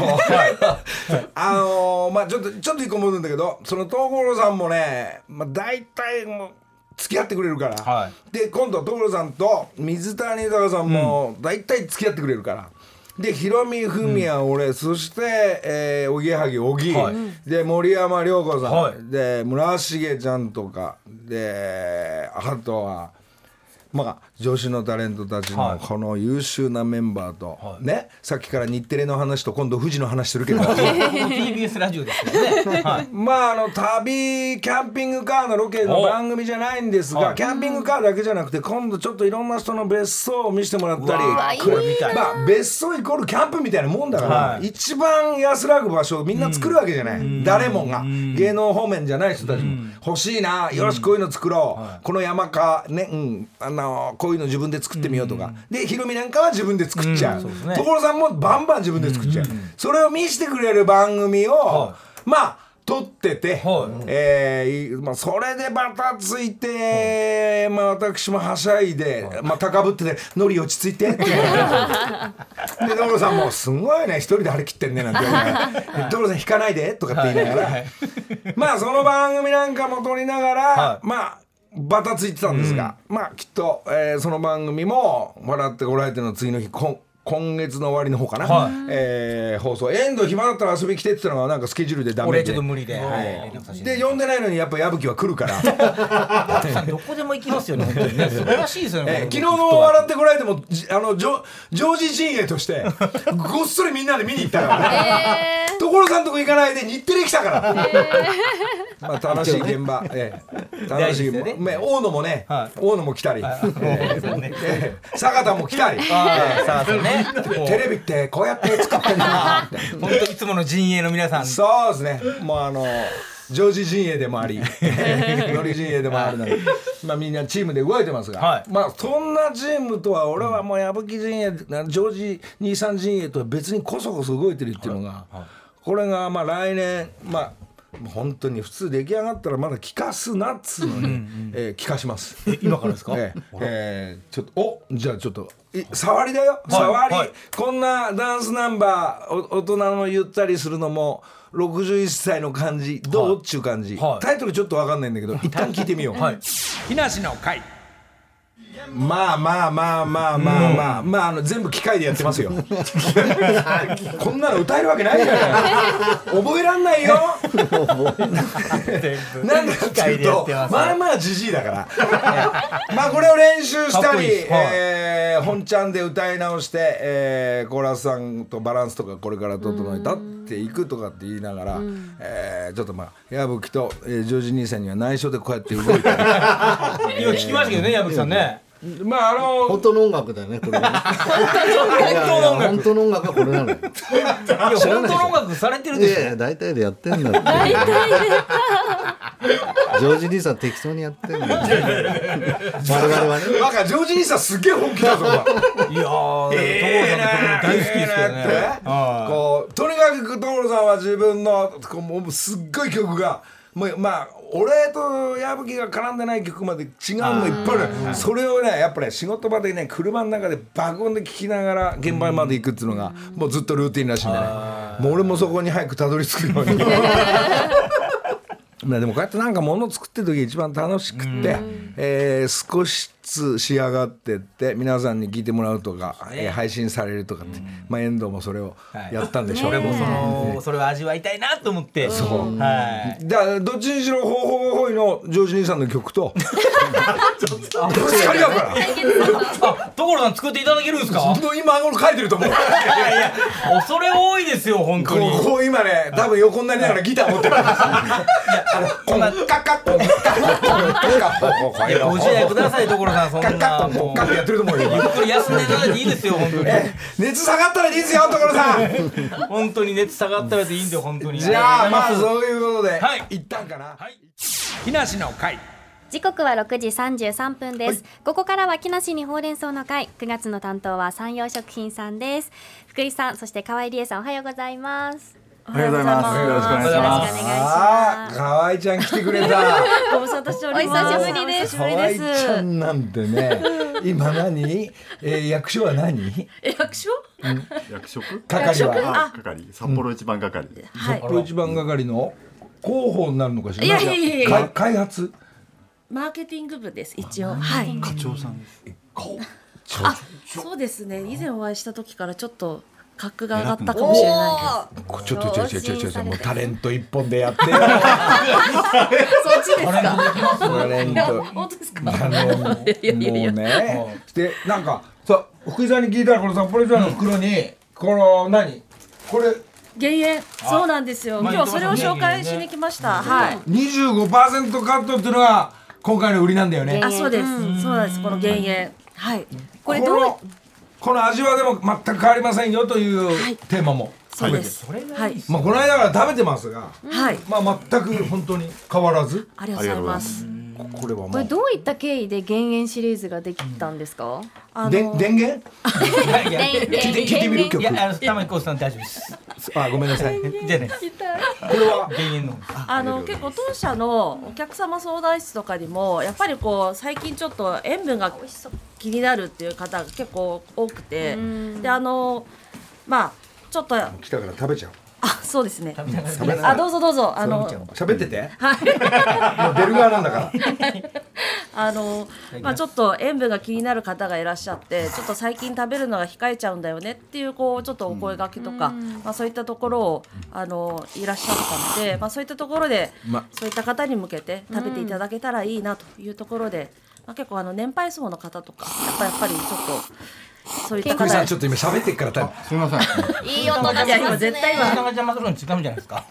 [SPEAKER 1] あのまあちょっとちょっと一個戻るんだけどその東郷さんもねまあ大体もう付き合ってくれるから、
[SPEAKER 4] は
[SPEAKER 1] で今度所さんと水谷豊さんも大体付き合ってくれるから、でヒロミフミヤ俺、そして、えー、おぎやはぎ小木、
[SPEAKER 4] はい
[SPEAKER 1] で森山良子さん、
[SPEAKER 4] はい
[SPEAKER 1] で村重ちゃんとかであとはまあ女子のタレントたちの
[SPEAKER 4] はい
[SPEAKER 1] この優秀なメンバーと、
[SPEAKER 4] はい
[SPEAKER 1] ねさっきから日テレの話と今度富士の話す
[SPEAKER 4] [LAUGHS]
[SPEAKER 1] るけど
[SPEAKER 4] TBS ラジオですよね、はい、
[SPEAKER 1] まああの旅キャンピングカーのロケの番組じゃないんです
[SPEAKER 4] おは
[SPEAKER 1] が
[SPEAKER 4] い
[SPEAKER 1] キャンピングカーだけじゃなくて今度ちょっといろんな人の別荘を見せてもらったり
[SPEAKER 4] うわ
[SPEAKER 3] ー
[SPEAKER 1] これ
[SPEAKER 4] いいなー
[SPEAKER 1] まあ別荘イコールキャンプみたいなもんだから、
[SPEAKER 4] はい
[SPEAKER 1] 一番安らぐ場所をみんな作るわけじゃない、誰もが芸能方面じゃない人たちも、欲しいなよしこういうの作ろう、この山かね、うん、あのこういうの自分で作ってみようとか、でヒロミなんかは自分で作っちゃう,、
[SPEAKER 4] うんそうですね
[SPEAKER 1] 所さんもバンバン自分で作っちゃう、それを見せてくれる番組を、
[SPEAKER 4] は
[SPEAKER 1] まあ撮ってて、
[SPEAKER 4] はい
[SPEAKER 1] えーまあ、それでバタついて、まあ、私もはしゃいで、まあ、高ぶってて「ノリ落ち着いて」
[SPEAKER 4] [LAUGHS]
[SPEAKER 1] って言われて。で所さんも「すごいね一人で張り切ってんね」なんて言わ
[SPEAKER 4] [LAUGHS]
[SPEAKER 1] れて「所さん引かないで」とかって言いながら、
[SPEAKER 4] はい
[SPEAKER 1] まあその番組なんかも撮りながら、
[SPEAKER 4] はい
[SPEAKER 1] まあバタついてたんですが、まあきっと、えーその番組も「笑ってこられて」の次の日こん今月の終わりの方かな、
[SPEAKER 4] はい
[SPEAKER 1] えー放送遠藤暇だったら遊び来てって言ったのがなんかスケジュールでダメで
[SPEAKER 4] 俺ちょっと無理で、はい、連絡させて
[SPEAKER 1] で呼んでないのにやっぱ矢吹は来る
[SPEAKER 4] [LAUGHS]
[SPEAKER 1] から、
[SPEAKER 4] さんどこでも行きますよね本当にね素晴らしいですよね
[SPEAKER 1] えー
[SPEAKER 4] 本
[SPEAKER 1] 昨
[SPEAKER 4] 当
[SPEAKER 1] 日
[SPEAKER 4] に
[SPEAKER 1] の「笑ってこられても」じあのジョ常時陣営としてごっそりみんなで見に行ったからね。
[SPEAKER 3] [LAUGHS] え
[SPEAKER 1] 所さんとこ行かないで日テレ来たから。 [LAUGHS] まあ楽しい現場、ええ、楽しい
[SPEAKER 4] 大事ですよね
[SPEAKER 1] まあ大野もね、
[SPEAKER 4] は
[SPEAKER 1] 大野も来たり、ええええ坂田も来たり。
[SPEAKER 4] [LAUGHS] ああさあそうねもう
[SPEAKER 1] テレビってこうやって作ってんだって。
[SPEAKER 4] 本当いつもの陣営の皆さん
[SPEAKER 1] そうですね。もうあのジョージ陣営でもあり、ノリ陣営でもあるので、まあみんなチームで動いてますが、
[SPEAKER 4] はい
[SPEAKER 1] まあそんなチームとは俺はもう矢吹陣営、なジョージ兄さん陣営とは別にこそこそ動いてるっていうのが、これがまあ来年まあ。もう本当に普通出来上がったらまだ聞かすなっつうのに、えー聞かします
[SPEAKER 4] 今からですか
[SPEAKER 1] えええーちょっとおじゃあちょっとい触りだよ、触り、
[SPEAKER 4] はい
[SPEAKER 1] こんなダンスナンバーお大人のゆったりするのも61歳の感じどう、っちゅう感じ、
[SPEAKER 4] はい
[SPEAKER 1] タイトルちょっとわかんないんだけど
[SPEAKER 4] [LAUGHS]
[SPEAKER 1] 一旦聞いてみよう、
[SPEAKER 4] はい木梨の会
[SPEAKER 1] まあまあまあまあまあまあ、まああの全部機械でやってますよこんなの歌えるわけないじゃない覚えらんないよなんでかっていうとまあまあじじいだからまあこれを練習し
[SPEAKER 4] かったこい
[SPEAKER 1] り
[SPEAKER 4] いですはい
[SPEAKER 1] えー本ちゃんで歌い直して、えーコーラスさんとバランスとかこれから整えたっていくとかって言いながら、えーちょっとまあ矢吹と、えージョージ兄さんには内緒でこうやって動いてる
[SPEAKER 4] 今聞きましたけどね矢吹さんね
[SPEAKER 1] まああの
[SPEAKER 2] 本当の音楽だよねこれね。いやいや本当の音楽はこれなのよ。
[SPEAKER 4] いや本当の音楽されてる
[SPEAKER 2] い
[SPEAKER 4] でし
[SPEAKER 2] やいや大体でやってんだって。ジョージ兄さん適当にやってんだよ。我々はね。
[SPEAKER 1] なんかジョージ兄さんすげえ本気だぞ。
[SPEAKER 4] ょいやー所さんの曲も大好きですけどね
[SPEAKER 1] こうとにかく所さんは自分のこうもうすっごい曲がもうまあ俺と矢吹が絡んでない曲まで違うのいっぱいあるそれをねやっぱね仕事場でね車の中で爆音で聴きながら現場まで行くっていうのがもうずっとルーティンらしいんでねもう俺もそこに早くたどり着くよう
[SPEAKER 4] [LAUGHS]
[SPEAKER 1] に。まあでもこうやってなんか物作ってる時が一番楽しくて、えー少しずつ仕上がってって皆さんに聞いてもらうとか、えー配信されるとかって、まあ、遠藤もそれをやったんでしょう、
[SPEAKER 4] 俺もそのそれを味わいたいなと思ってそうはい
[SPEAKER 1] だからどっちにしろ方法が多いのジョージ兄さんの曲とぶつかり合うから
[SPEAKER 4] あ所さん作っていただけるんですか
[SPEAKER 1] もう今頃書いてると思う
[SPEAKER 4] 恐れ多いですよ本当に
[SPEAKER 1] こうこう今ね多分横になりながらギター持ってる
[SPEAKER 4] こんな
[SPEAKER 1] カッカッコンカッカッコンカッカッコン
[SPEAKER 4] いやご自愛ください所さんそん
[SPEAKER 1] カッカッ
[SPEAKER 4] な
[SPEAKER 1] コン
[SPEAKER 4] も
[SPEAKER 1] カッカッコンってやってると思うよ
[SPEAKER 4] うゆっくり休んでいただいていいですよ本当に
[SPEAKER 1] [LAUGHS] 熱下がったらいいですよ所さん
[SPEAKER 4] 本当に熱下がったらでいいんで本当に
[SPEAKER 1] じゃあま
[SPEAKER 4] り
[SPEAKER 1] あ
[SPEAKER 4] がとうござ
[SPEAKER 1] そう
[SPEAKER 4] い
[SPEAKER 1] いうことで、
[SPEAKER 4] はい
[SPEAKER 1] 一旦かな、
[SPEAKER 4] はい
[SPEAKER 1] 木梨の会
[SPEAKER 3] 時刻は6時33分です、ここからは木梨にほうれん草の会9月の担当は山陽食品さんです福井さんそして河合理恵さんおはようございますおは
[SPEAKER 5] ようございます
[SPEAKER 4] よろしくお願いします
[SPEAKER 3] よろしくお
[SPEAKER 1] あ
[SPEAKER 3] 願い
[SPEAKER 1] あ
[SPEAKER 3] し
[SPEAKER 1] 河合ちゃん来てくれた
[SPEAKER 3] ますご無沙汰しております
[SPEAKER 5] [LAUGHS] お久しぶりです
[SPEAKER 3] お
[SPEAKER 1] 河
[SPEAKER 3] 久
[SPEAKER 1] 合
[SPEAKER 3] しぶ
[SPEAKER 1] ち
[SPEAKER 3] りです
[SPEAKER 1] ゃんなんてね今何、えー、役所は何
[SPEAKER 5] 役所
[SPEAKER 6] 役職
[SPEAKER 1] 係は
[SPEAKER 6] あ係札幌一番係です、
[SPEAKER 5] はい
[SPEAKER 1] プロ一番係の広報になるのかしら
[SPEAKER 5] いやいやいやいや
[SPEAKER 1] か開発
[SPEAKER 5] マーケティング部です一応はい
[SPEAKER 6] 課長さんです
[SPEAKER 5] あそうですね以前お会いした時からちょっと格が上がったかもしれない
[SPEAKER 1] こちょっとちょちょちょちょ
[SPEAKER 3] 昇進されて
[SPEAKER 1] もうタレント一本でやってよ
[SPEAKER 5] そっちですか
[SPEAKER 1] タレン
[SPEAKER 5] いや
[SPEAKER 1] ト
[SPEAKER 5] 本当ですか
[SPEAKER 1] あのもう
[SPEAKER 5] いやいやいや
[SPEAKER 1] ねでなんかさ福井さんに聞いたらこの札幌ジャーの袋にこの何これ
[SPEAKER 5] 減塩そうなんですよ
[SPEAKER 4] まあ
[SPEAKER 5] 今日それを紹介しに来ましたはい
[SPEAKER 1] 25%カットっていうのが今回の売りなんだよね
[SPEAKER 5] あそうですそうなんですこの減塩はいこれどう
[SPEAKER 1] のこの味はでも全く変わりませんよというテーマも、
[SPEAKER 5] そうです
[SPEAKER 4] れが
[SPEAKER 5] はい
[SPEAKER 1] まあこの間から食べてますが、
[SPEAKER 5] はい
[SPEAKER 1] まあ全く本当に変わらず
[SPEAKER 5] ありがとうございます
[SPEAKER 1] ここれはもう
[SPEAKER 3] これどういった経緯で減塩シリーズができたんですか、
[SPEAKER 5] あ
[SPEAKER 1] で
[SPEAKER 5] の
[SPEAKER 1] 電源
[SPEAKER 4] いやいや
[SPEAKER 1] 聞いて聞いてみる
[SPEAKER 4] い
[SPEAKER 1] 曲
[SPEAKER 4] やあの玉井浩二さん大丈夫です
[SPEAKER 1] あごめんなさい
[SPEAKER 4] じゃあね
[SPEAKER 1] これは
[SPEAKER 4] 減塩の
[SPEAKER 5] あの結構当社のお客様相談室とかにもやっぱりこう最近ちょっと塩分が気になるっていう方が結構多くてであのまあちょっとあ
[SPEAKER 1] 来たから食べちゃう
[SPEAKER 5] そうですね
[SPEAKER 4] 食べながら
[SPEAKER 5] あどうぞどうぞあの
[SPEAKER 1] 喋ってて、もう出る側なんだから
[SPEAKER 5] あのまあちょっと塩分が気になる方がいらっしゃってちょっと最近食べるのが控えちゃうんだよねっていうこうちょっとお声がけとか、まあそういったところをあのいらっしゃったので、まあそういったところで、
[SPEAKER 1] ま
[SPEAKER 5] そういった方に向けて食べていただけたらいいなというところで、まあ結構あの年配層の方とかやっぱやっぱりちょっとそういった
[SPEAKER 1] 福井
[SPEAKER 5] 方
[SPEAKER 1] さんちょっと今喋ってっから多分
[SPEAKER 6] すみません
[SPEAKER 3] いい音出します
[SPEAKER 5] いや今絶対
[SPEAKER 4] 時間
[SPEAKER 5] 今
[SPEAKER 4] が邪魔するのに時間じゃないですか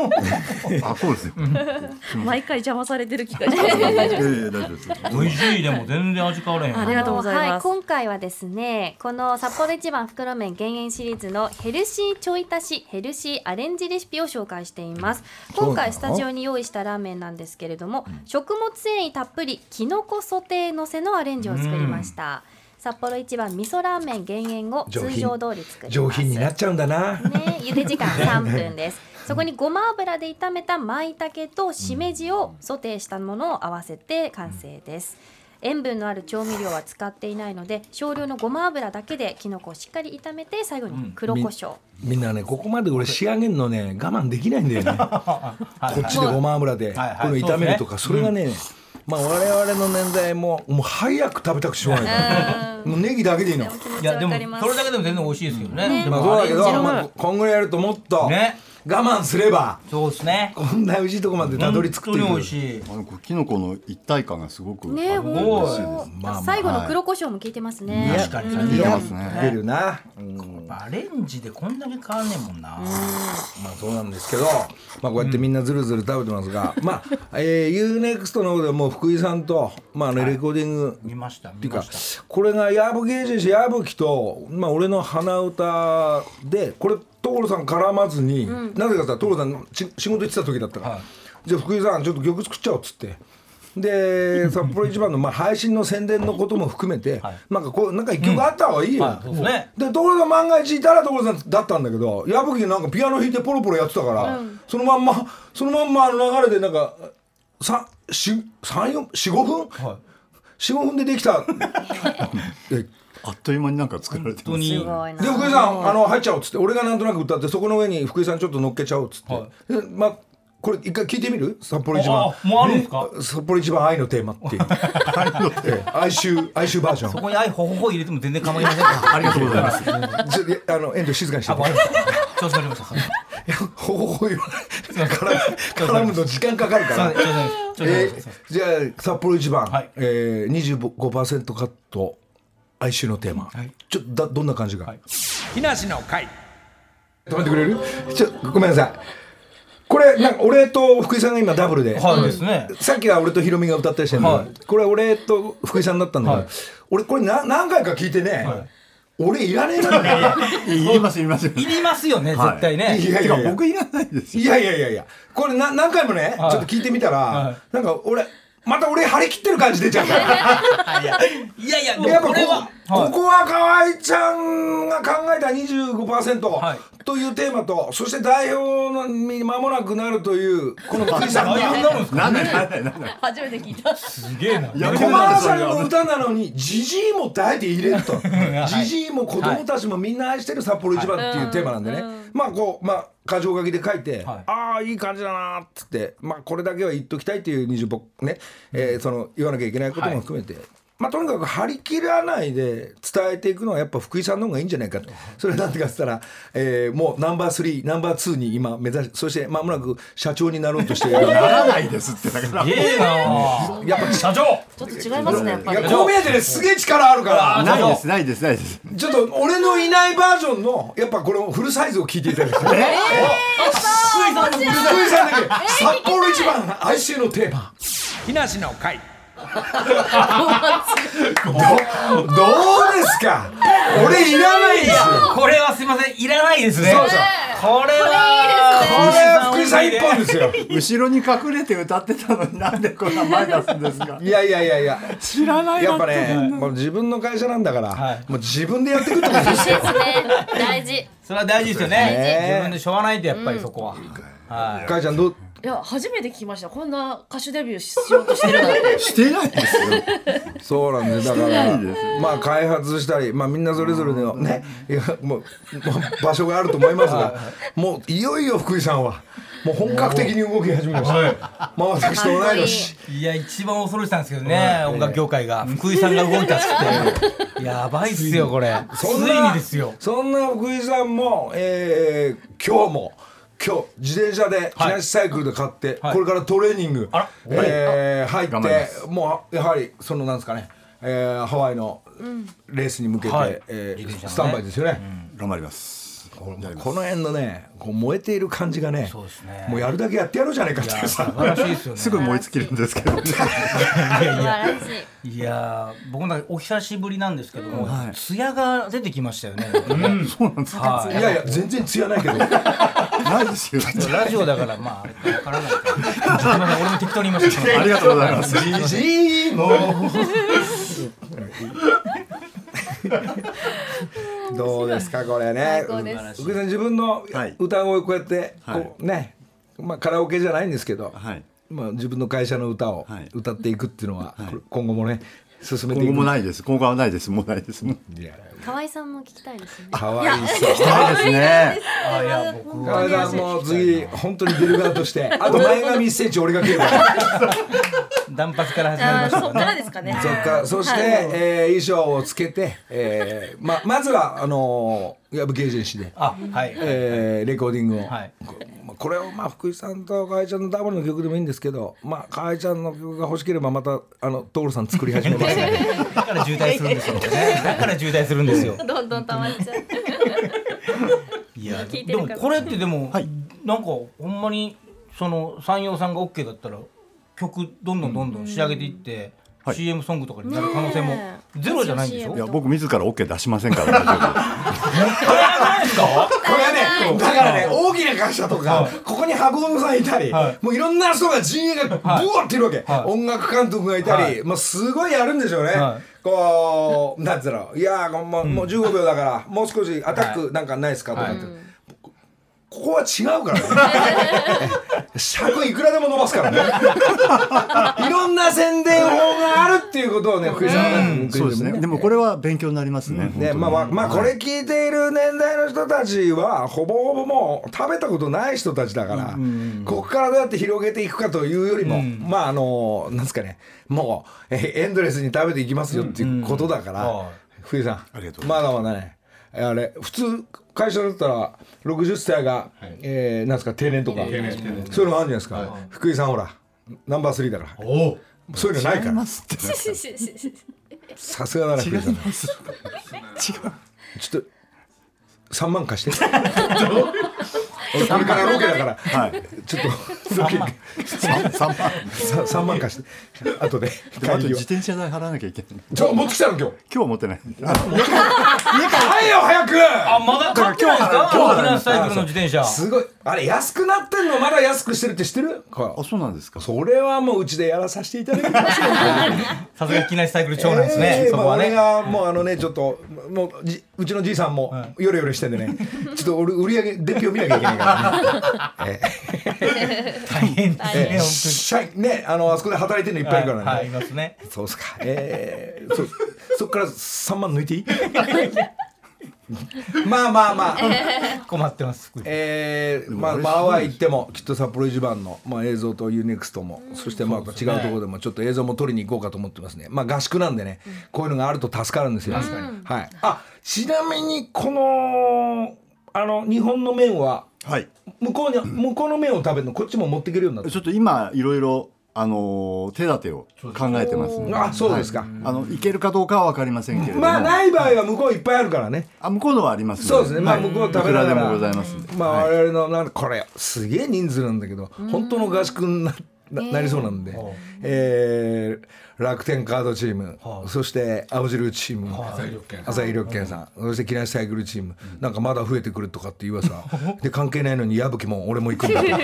[SPEAKER 6] あそうですよ、い
[SPEAKER 5] 毎回邪魔されてる気がします。
[SPEAKER 6] やい [LAUGHS] や大丈夫です
[SPEAKER 4] 美味しいでも全然味変わらへん
[SPEAKER 5] ありがとうござい
[SPEAKER 3] は
[SPEAKER 5] ま
[SPEAKER 3] い、
[SPEAKER 5] す。
[SPEAKER 3] 今回はですねこの札幌一番袋麺減塩シリーズのヘルシーちょい足しヘルシーアレンジレシピを紹介しています今回
[SPEAKER 1] そう
[SPEAKER 3] ス
[SPEAKER 1] なの
[SPEAKER 3] タジオに用意したラーメンなんですけれども、食物繊維たっぷりきのこソテーのせのアレンジを作りました、札幌一番味噌ラーメン減塩を通常通り作ります
[SPEAKER 1] 上品になっちゃうんだな
[SPEAKER 3] ね、茹で時間3分です。そこにごま油で炒めた舞茸としめじをソテーしたものを合わせて完成です。塩分のある調味料は使っていないので少量のごま油だけできのこをしっかり炒めて最後に黒胡椒、
[SPEAKER 1] みんなねここまで俺仕上げるのね我慢できないんだよねこっちでごま油でこ
[SPEAKER 4] はいはい
[SPEAKER 1] れを炒めるとかそれがねまあ我々の年代ももう早く食べたくしょうがないもうネギだけでいいの
[SPEAKER 3] 気持
[SPEAKER 4] い
[SPEAKER 3] ち
[SPEAKER 4] や
[SPEAKER 3] わ
[SPEAKER 4] でも
[SPEAKER 3] か
[SPEAKER 4] そ
[SPEAKER 3] り
[SPEAKER 4] れ
[SPEAKER 3] ま
[SPEAKER 4] だけでも全然美味しいですよねで
[SPEAKER 1] まあ
[SPEAKER 4] も
[SPEAKER 1] そうだけ
[SPEAKER 4] アレン
[SPEAKER 1] ど
[SPEAKER 4] ジの
[SPEAKER 1] まあこんぐらいやるともっと我
[SPEAKER 4] ね
[SPEAKER 1] 慢すれば
[SPEAKER 4] そうですね
[SPEAKER 1] こんな美味しいとこまでたどり着くと
[SPEAKER 4] 本当に美
[SPEAKER 1] いう
[SPEAKER 4] 味しい
[SPEAKER 6] あのこうキノコの一体感がすごく
[SPEAKER 3] ねえ
[SPEAKER 6] あの
[SPEAKER 3] 本
[SPEAKER 6] 美味しい
[SPEAKER 3] 当、
[SPEAKER 1] まあまあ
[SPEAKER 3] 最後の黒胡椒も効いてますね、
[SPEAKER 4] 確かに
[SPEAKER 6] 似
[SPEAKER 1] い
[SPEAKER 6] て
[SPEAKER 1] や
[SPEAKER 6] ますね
[SPEAKER 1] 出るなうん
[SPEAKER 4] アレンジでこんだけ変わんねえもんな
[SPEAKER 1] まあそうなんですけど、まあ、こうやってみんなずるずる食べてますが、まあ、えー、UNEXT の方ではもう福井さんと、まあね、レコーディング
[SPEAKER 4] 見ました
[SPEAKER 1] っていう
[SPEAKER 4] 見
[SPEAKER 1] か
[SPEAKER 4] ました
[SPEAKER 1] これが矢吹エージェンシー矢吹と、まあ、俺の鼻歌でこれ所さん絡まずに、なぜかさ所さんち仕事行ってた時だったから、
[SPEAKER 4] はい
[SPEAKER 1] じゃあ福井さんちょっと曲作っちゃおうっつって。
[SPEAKER 4] [LAUGHS]
[SPEAKER 1] で札幌一番のまあ配信の宣伝のことも含めて、なんかこうなんか一曲あった方がいいよ、
[SPEAKER 4] はいそうですね
[SPEAKER 1] で所さん万が一いたら所さんだったんだけど矢吹なんかピアノ弾いてポロポロやってたから、そのまんまそのまんまあの流れでなんかさし三四四五分
[SPEAKER 4] はい
[SPEAKER 1] 四五分でできたえ
[SPEAKER 6] あっという間になんか作られてます
[SPEAKER 4] 本当
[SPEAKER 3] す
[SPEAKER 4] に
[SPEAKER 3] ごいな
[SPEAKER 1] で福井さんあの入っちゃおうっつって俺がなんとなく歌ってそこの上に福井さんちょっと乗っけちゃおうっつって、
[SPEAKER 4] は
[SPEAKER 1] でまあこれ一回聞いてみる札幌一番
[SPEAKER 4] あもうあるんですか
[SPEAKER 1] ね札幌一番愛のテーマ
[SPEAKER 4] [LAUGHS]
[SPEAKER 1] っていうええ哀愁哀愁バージョン
[SPEAKER 4] そこに愛ほほほ入れても全然構いませんから
[SPEAKER 6] ありがとうございます。
[SPEAKER 1] ちょっとあの遠慮静かにして
[SPEAKER 4] あ、
[SPEAKER 1] ね
[SPEAKER 4] わかりました。調子乗りました。すい [LAUGHS]
[SPEAKER 1] いやほほほ言わない絡む絡むと時間かかるか
[SPEAKER 4] ま
[SPEAKER 1] ら
[SPEAKER 4] せん。調子乗りました。調子乗り
[SPEAKER 1] え
[SPEAKER 4] ました。
[SPEAKER 1] ーじゃあ札幌一番、
[SPEAKER 4] はい
[SPEAKER 1] えー、25%カット哀愁のテーマ、
[SPEAKER 4] はい
[SPEAKER 1] ちょっとだどんな感じが、
[SPEAKER 4] はい
[SPEAKER 1] 木梨の会止めてくれるちょごめんなさいこれなんか俺と福井さんが今ダブルで、
[SPEAKER 4] はいですね。
[SPEAKER 1] さっきは俺とヒロミが歌ったりしてるの、
[SPEAKER 4] はい
[SPEAKER 1] これ俺と福井さんだったんだけど、
[SPEAKER 4] はい
[SPEAKER 1] 俺これな何回か聞いてね、
[SPEAKER 4] はい
[SPEAKER 1] 俺いらねえない
[SPEAKER 6] いりますいります。
[SPEAKER 4] いりますよね、
[SPEAKER 6] はい
[SPEAKER 4] 絶対ね。
[SPEAKER 1] やいやいや
[SPEAKER 6] 僕いらないですよ。
[SPEAKER 1] いやいやいやいやこれな何回もね、
[SPEAKER 4] はい
[SPEAKER 1] ちょっと聞いてみたら、
[SPEAKER 4] はい
[SPEAKER 1] なんか俺また俺張り切ってる感じ出ちゃ
[SPEAKER 4] [LAUGHS]
[SPEAKER 1] うから
[SPEAKER 4] いやいや、で
[SPEAKER 1] やっぱこ
[SPEAKER 4] もこれは。
[SPEAKER 1] ここは河合ちゃんが考えた25%、
[SPEAKER 4] はい
[SPEAKER 1] というテーマとそして代表に間もなくなるというこ
[SPEAKER 4] [LAUGHS]
[SPEAKER 1] の福井さん
[SPEAKER 4] あ、い
[SPEAKER 1] が
[SPEAKER 4] うなるんですか
[SPEAKER 6] なんだなんだなんだ。
[SPEAKER 5] 初めて聞いた。そ
[SPEAKER 4] すげえな。
[SPEAKER 6] いや
[SPEAKER 1] コマーシャルの歌なのにジジイも大で入れるとジジイも子供たちもみんな愛してる札幌一番っていうテーマなんでね、まあこうまあ箇条書きで書いて、
[SPEAKER 4] はい
[SPEAKER 1] ああいい感じだなーっつってまあこれだけは言っときたいっていう20僕ね、えーその言わなきゃいけないことも含めて、まあとにかく張り切らないで伝えていくのはやっぱ福井さんの方がいいんじゃないかとそれはなんでかっつったら、えーもうナンバー3ナンバー2に今目指しそしてまもなく社長になろうとしている
[SPEAKER 6] ならないですってだから。
[SPEAKER 4] すげえな。
[SPEAKER 1] やっぱ
[SPEAKER 4] 社長。
[SPEAKER 5] ちょっと違いますね、やっ
[SPEAKER 1] い
[SPEAKER 5] ぱり。
[SPEAKER 1] やこう見えてねすげえ力あるから。
[SPEAKER 6] ないですないですないです。
[SPEAKER 1] ちょっと俺のいないバージョンのやっぱこれフルサイズを聞いていただきたい。福井さんだけ札幌一番哀愁のテーマ。
[SPEAKER 4] 木梨の会。
[SPEAKER 1] どどうですか。俺いらないんですよ。
[SPEAKER 4] これはすいません、いらないですね。
[SPEAKER 1] そうそう
[SPEAKER 4] これは。
[SPEAKER 1] これは福井さん一本ですよ。
[SPEAKER 6] 後ろに隠れて歌ってたのになんでこんな前出すんですか。
[SPEAKER 1] いやいやいやいや。
[SPEAKER 6] 知らない
[SPEAKER 1] や
[SPEAKER 6] な
[SPEAKER 1] っ
[SPEAKER 6] って
[SPEAKER 1] ぱね、もう自分の会社なんだから、
[SPEAKER 4] はい
[SPEAKER 1] もう自分でやってくってこと [LAUGHS] ですよ。
[SPEAKER 3] 大事
[SPEAKER 4] それは大事ですよ
[SPEAKER 1] ね
[SPEAKER 4] ね。自分でしょうがないんで、やっぱりそこは。はい。
[SPEAKER 1] かいちゃんどう
[SPEAKER 5] いや、初めて聞きました。こんな歌手デビューしようとしてるなんて。
[SPEAKER 6] してないですよ。
[SPEAKER 1] そうなんですだか
[SPEAKER 6] な
[SPEAKER 1] ら
[SPEAKER 6] いです
[SPEAKER 1] まあ開発したりまあみんなそれぞれのねいやもうもう場所があると思いますがもういよいよ福井さんはもう本格的に動き始めましたまあ私と同い年
[SPEAKER 4] いや一番恐ろしかったんですけどね、音楽業界が福井さんが動いたっつってやばいっすよこれつい
[SPEAKER 1] そん
[SPEAKER 4] に
[SPEAKER 1] な
[SPEAKER 4] ですよ
[SPEAKER 1] そんな福井さんもえー今日も今日自転車で木梨サイクルで買って
[SPEAKER 4] はい
[SPEAKER 1] これからトレーニング
[SPEAKER 4] あら
[SPEAKER 1] えー入
[SPEAKER 6] 頑張りま
[SPEAKER 1] ってもうやはりそのなんですかねえーハワイのレースに向けて
[SPEAKER 4] はい
[SPEAKER 1] え
[SPEAKER 4] 自転車の
[SPEAKER 1] ースタン
[SPEAKER 4] ね
[SPEAKER 1] バイですよね。
[SPEAKER 6] 頑張ります。やります
[SPEAKER 1] この辺のねこう燃えている感じがね
[SPEAKER 4] そうですね
[SPEAKER 1] もうやるだけやってやろうじゃないかっていう
[SPEAKER 4] 素
[SPEAKER 1] さ
[SPEAKER 4] 晴らしいですよね
[SPEAKER 6] すぐ燃え尽きるんですけどね。
[SPEAKER 3] 素晴らしい
[SPEAKER 4] いやー僕なんかお久しぶりなんですけども、
[SPEAKER 6] はい
[SPEAKER 4] ツヤが出てきましたよね、
[SPEAKER 6] そうなんですか。
[SPEAKER 1] いやいや全然艶ないけど
[SPEAKER 6] ないですよ。
[SPEAKER 4] ラジオだからまああれかわからないからすいません俺も適当に言いましたけど
[SPEAKER 6] ありがとうございます。
[SPEAKER 1] じじいも [LAUGHS] どうですかこれね
[SPEAKER 3] 最高です
[SPEAKER 1] 福井さん自分の
[SPEAKER 6] はい
[SPEAKER 1] 歌声こうやって
[SPEAKER 6] はい
[SPEAKER 1] こうねまあカラオケじゃないんですけど
[SPEAKER 6] はい。
[SPEAKER 1] まあ自分の会社の歌を
[SPEAKER 6] はい
[SPEAKER 1] 歌っていくっていうのは
[SPEAKER 6] はい
[SPEAKER 1] これ今後もね進めてい
[SPEAKER 6] 今
[SPEAKER 1] く
[SPEAKER 6] 後もないです。今後はないです。もうないです。もう
[SPEAKER 1] いや
[SPEAKER 3] 河合さんも聞きたいですね
[SPEAKER 1] かわいそう
[SPEAKER 6] ないですね。
[SPEAKER 4] あいや僕
[SPEAKER 1] 川合さんもう次本当に出る側としてあと前髪1センチ俺が切るから
[SPEAKER 4] 断髪から始
[SPEAKER 5] [LAUGHS]
[SPEAKER 4] まり
[SPEAKER 5] あ
[SPEAKER 4] ま
[SPEAKER 5] ー
[SPEAKER 4] した
[SPEAKER 5] そっ
[SPEAKER 4] か
[SPEAKER 5] からら
[SPEAKER 4] ね
[SPEAKER 5] ですかね。
[SPEAKER 1] そっかそして、
[SPEAKER 5] はい
[SPEAKER 1] えー衣装をつけて、えーままずはあのー、やっぱゲージェンシーで、
[SPEAKER 4] あはい、
[SPEAKER 1] えーレコーディングを、
[SPEAKER 4] はい
[SPEAKER 1] こまこれをまあ福井さんと河合ちゃんのダブルの曲でもいいんですけどまあ河合ちゃんの曲が欲しければまたあの所さん作り始めますね
[SPEAKER 4] だから渋滞するんですよ、ね、だから渋滞するんですよ
[SPEAKER 3] どんどん溜まっちゃう
[SPEAKER 4] いや
[SPEAKER 3] 聞い
[SPEAKER 4] で
[SPEAKER 3] てるか
[SPEAKER 4] も
[SPEAKER 3] ら
[SPEAKER 4] これってでも、なんかほんまにその山陽さんが OK だったら曲どんどんどんどん仕上げていって、
[SPEAKER 6] はい
[SPEAKER 4] CM ソングとかになる可能性も
[SPEAKER 3] ねえ
[SPEAKER 4] ゼロじゃないんでしょ、
[SPEAKER 6] いや僕自ら OK 出しませんから大丈夫です。
[SPEAKER 1] これはねだからね大きな会社とか、ここに箱野さんいたり、
[SPEAKER 4] はい
[SPEAKER 1] もういろんな人が陣営がブワーっているわけ、
[SPEAKER 4] はい
[SPEAKER 1] 音楽監督がいたり、
[SPEAKER 4] はい
[SPEAKER 1] まあ、すごいやるんでしょうね、
[SPEAKER 4] は
[SPEAKER 1] こうなんつうのいやーもう,、もう15秒だからもう少しアタッ
[SPEAKER 4] は
[SPEAKER 1] クなんかないですかとかって、
[SPEAKER 4] は
[SPEAKER 1] こここは違うからね [LAUGHS] 尺いくらでも伸ばすからねいろんな宣伝法があるっていうことをね福井さんはね
[SPEAKER 6] そうですね。でもこれは勉強になりますね。
[SPEAKER 1] ねまあまあ、まあ、これ聞いている年代の人たちはほぼほぼもう食べたことない人たちだから、ここからどうやって広げていくかというよりも、まああのなんですかねもうえエンドレスに食べていきますよっていうことだから、
[SPEAKER 4] うんはい
[SPEAKER 1] 冬さん
[SPEAKER 2] ありがとうご
[SPEAKER 1] まだまだねあれ普通会社だったら60歳が、えーなんですか定年とかそういうのあるんじゃないですか、福井さんほらナンバースリーだから
[SPEAKER 2] おお
[SPEAKER 1] そういうのないから
[SPEAKER 6] ますって。
[SPEAKER 1] さすがだな福井さん違うちょっと3万貸 [LAUGHS] して俺これからロケだから
[SPEAKER 6] はい。
[SPEAKER 1] ちょっとロケ
[SPEAKER 2] 三三万。
[SPEAKER 1] 3万貸して後で
[SPEAKER 6] であ
[SPEAKER 1] 帰
[SPEAKER 6] と
[SPEAKER 1] り
[SPEAKER 6] 自
[SPEAKER 1] を
[SPEAKER 6] 転車代払わなきゃいけない。
[SPEAKER 1] ちょ持ってきたの今日
[SPEAKER 6] 今日持ってない。
[SPEAKER 1] はいよ早く
[SPEAKER 4] あまだ買ってないんですか
[SPEAKER 6] 今日
[SPEAKER 4] 沖縄スタイクルの自転車
[SPEAKER 1] すごいあれ安くなってんのまだ安くしてるって知ってる
[SPEAKER 6] あ、そうなんですか。
[SPEAKER 1] それはもううちでやらさせていただき [LAUGHS] ますよ
[SPEAKER 4] さすが沖縄スタイクル長なんですね、
[SPEAKER 1] ええ
[SPEAKER 4] そ
[SPEAKER 1] ま
[SPEAKER 4] こ
[SPEAKER 1] あ
[SPEAKER 4] は
[SPEAKER 1] 俺
[SPEAKER 4] ね、
[SPEAKER 1] がもうあのねちょっともうじうちのじいさんもヨレヨレしてて [LAUGHS] ねちょっと俺売り上げ伝票見なきゃいけないからね
[SPEAKER 4] 大変です
[SPEAKER 1] ええ
[SPEAKER 4] ね
[SPEAKER 1] ええ社員ねあのあそこで働いてるのいっぱいいる
[SPEAKER 4] 本
[SPEAKER 1] から
[SPEAKER 4] 当には
[SPEAKER 1] ね
[SPEAKER 4] いいますね
[SPEAKER 1] そうっすかええそそっから3万抜いてい [LAUGHS] いまあまあまあ
[SPEAKER 4] 困ってます福井
[SPEAKER 1] えー、まあ、まあ、は言っても、きっと札幌一番の、まあ、映像とユーネクストも、そして、まあ、違うところでも、ちょっと映像も撮りに行こうかと思ってますね。まあ、合宿なんでね、こういうのがあると助かるんですよ。はい。あ、ちなみに、この、あの、日本の麺は、
[SPEAKER 6] はい。
[SPEAKER 1] 向こうに、向こうの麺を食べるの、こっちも持っていけるようになっ
[SPEAKER 6] ちょっと今いろいろあのー手立てを考えてますね。
[SPEAKER 1] た。あ、そうですか。
[SPEAKER 6] あの行けるかどうかは分かりませんけれども。
[SPEAKER 1] まあ、ない場合は、向こういっぱいあるからね。
[SPEAKER 6] あ向こうのはありますの
[SPEAKER 1] そうですね。まあ、
[SPEAKER 6] はい
[SPEAKER 1] 向こう食べながら。
[SPEAKER 6] いくらでもございますんで。
[SPEAKER 1] まあ、
[SPEAKER 6] はい
[SPEAKER 1] 我々のなんかこれすげえ人数なんだけど、本当の合宿になななりそうなんで、えー楽天カードチーム、そして青汁チーム、朝日緑健さん、そして木梨サイクルチーム、なんかまだ増えてくるとかっていう噂
[SPEAKER 6] [LAUGHS]
[SPEAKER 1] で関係ないのに矢吹も俺も行くんだなん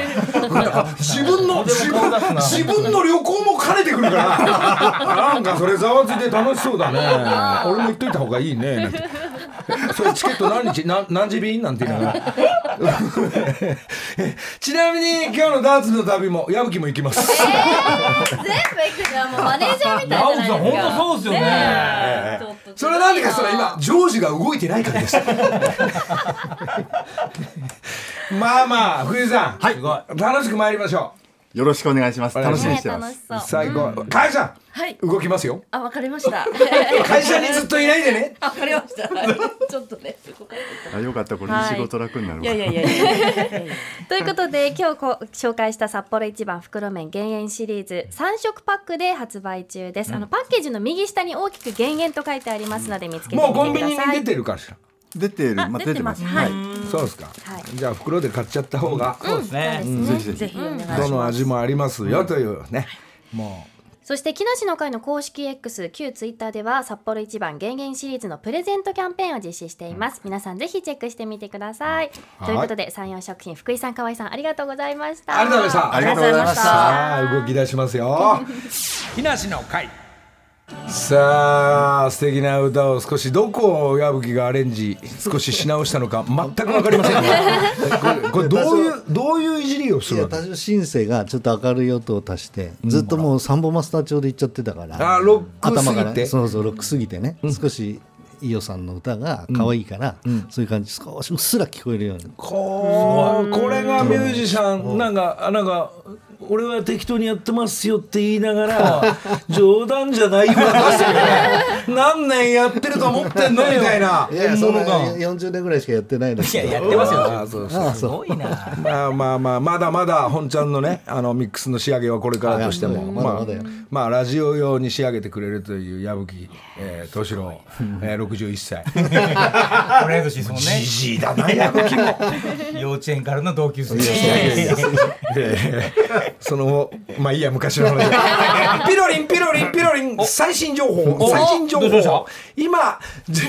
[SPEAKER 1] か自分の自分自分の旅行も兼ねてくるからなんかそれざわついて楽しそうだね俺も行っといた方がいいねなんてそれチケット何日何何時便なんて言いながらちなみに今日のダーツの旅も矢吹も行きます、
[SPEAKER 3] 全部行くじゃんもうマネージャーみたい
[SPEAKER 4] 青木
[SPEAKER 3] じゃないです
[SPEAKER 4] さ [LAUGHS]
[SPEAKER 3] か
[SPEAKER 4] ん本当そうですよね
[SPEAKER 3] ねえちょっと
[SPEAKER 1] それはなんでかしたら今ジョージが動いてないからですまあまあ藤井さん、楽しく参りましょ
[SPEAKER 6] よろしくお願いします。楽しみに
[SPEAKER 3] ね
[SPEAKER 6] してま
[SPEAKER 3] 楽し
[SPEAKER 6] す。
[SPEAKER 3] そう
[SPEAKER 1] う最高、会社
[SPEAKER 5] はい。
[SPEAKER 1] 動きますよ
[SPEAKER 5] あ、わかりました。
[SPEAKER 1] 会社にずっといないでね
[SPEAKER 5] あわかりました。ちょっとね。
[SPEAKER 6] あよかったこれ
[SPEAKER 5] はい
[SPEAKER 6] 仕事楽になるわ。
[SPEAKER 5] いやいやいやいや。
[SPEAKER 3] [LAUGHS] ということで今日こう紹介した札幌一番袋麺減塩シリーズ3色パックで発売中です、あのパッケージの右下に大きく減塩と書いてありますので見つけてみ
[SPEAKER 1] もう
[SPEAKER 3] て
[SPEAKER 1] コン
[SPEAKER 3] く
[SPEAKER 1] ビ
[SPEAKER 3] だ
[SPEAKER 1] ニに
[SPEAKER 3] さい
[SPEAKER 1] 出てるかしら
[SPEAKER 6] 出てる、
[SPEAKER 5] あ
[SPEAKER 6] まあ
[SPEAKER 5] 出てます
[SPEAKER 6] は
[SPEAKER 5] はいい。
[SPEAKER 1] そうですか、
[SPEAKER 3] はい
[SPEAKER 1] じゃあ袋で買っちゃった方が、
[SPEAKER 4] そうですね、
[SPEAKER 3] そうですね
[SPEAKER 6] ぜひぜ
[SPEAKER 5] ぜひお願いします。
[SPEAKER 1] どの味もありますよというね、もう
[SPEAKER 3] そして木梨の会の公式 X 旧ツイッターでは札幌一番減塩シリーズのプレゼントキャンペーンを実施しています皆さんぜひチェックしてみてください、
[SPEAKER 1] はい
[SPEAKER 3] ということで山陽食品福井さん河合さんありがとうございました
[SPEAKER 1] ありがとうございました
[SPEAKER 6] ありがとうございました
[SPEAKER 1] さあ動き出しますよ
[SPEAKER 4] [LAUGHS] 木梨の会
[SPEAKER 1] さあ素敵な歌を少しどこを矢吹がアレンジ少しし直したの
[SPEAKER 3] [LAUGHS]
[SPEAKER 1] か全く分かりませんがこれこれどういうどういういじりをす
[SPEAKER 2] い
[SPEAKER 1] る
[SPEAKER 2] や
[SPEAKER 1] わけ
[SPEAKER 2] 多少シンセがちょっと明るい音を足して、ずっともうサンボマスター調で行っちゃってたから
[SPEAKER 1] あーロックす
[SPEAKER 2] 頭
[SPEAKER 1] ぎ
[SPEAKER 2] から
[SPEAKER 1] て
[SPEAKER 2] そうそうロックすぎてね、少し伊代さんの歌が可愛いから、そういう感じ少しうっすら聞こえるように
[SPEAKER 1] こうこれがミュージシャンなんかなんか俺は適当にやってますよって言いなが [LAUGHS] ら冗談じゃないよ何年やってると思ってんのみたいない
[SPEAKER 2] やいやそんな
[SPEAKER 4] 本物が
[SPEAKER 2] 40年ぐらいしかやってないの
[SPEAKER 4] いややってますよ
[SPEAKER 1] あーそうそう
[SPEAKER 2] あ
[SPEAKER 4] すごいな
[SPEAKER 1] まあまあまあまだまだ本ちゃんのねあのミックスの仕上げはこれからとしても
[SPEAKER 2] まだまだよ
[SPEAKER 1] あまあラジオ用に仕上げてくれるという矢吹えー敏郎、えー、61歳
[SPEAKER 2] [LAUGHS]
[SPEAKER 4] 同い年ですもんね
[SPEAKER 1] じじいだな矢吹も、
[SPEAKER 4] [LAUGHS] 幼稚園からの同級生
[SPEAKER 1] えーそのまあいいや昔の話ピロリンピロリンピロリン最新情報
[SPEAKER 4] お
[SPEAKER 1] 最新情
[SPEAKER 4] どうしました
[SPEAKER 1] 報今じ、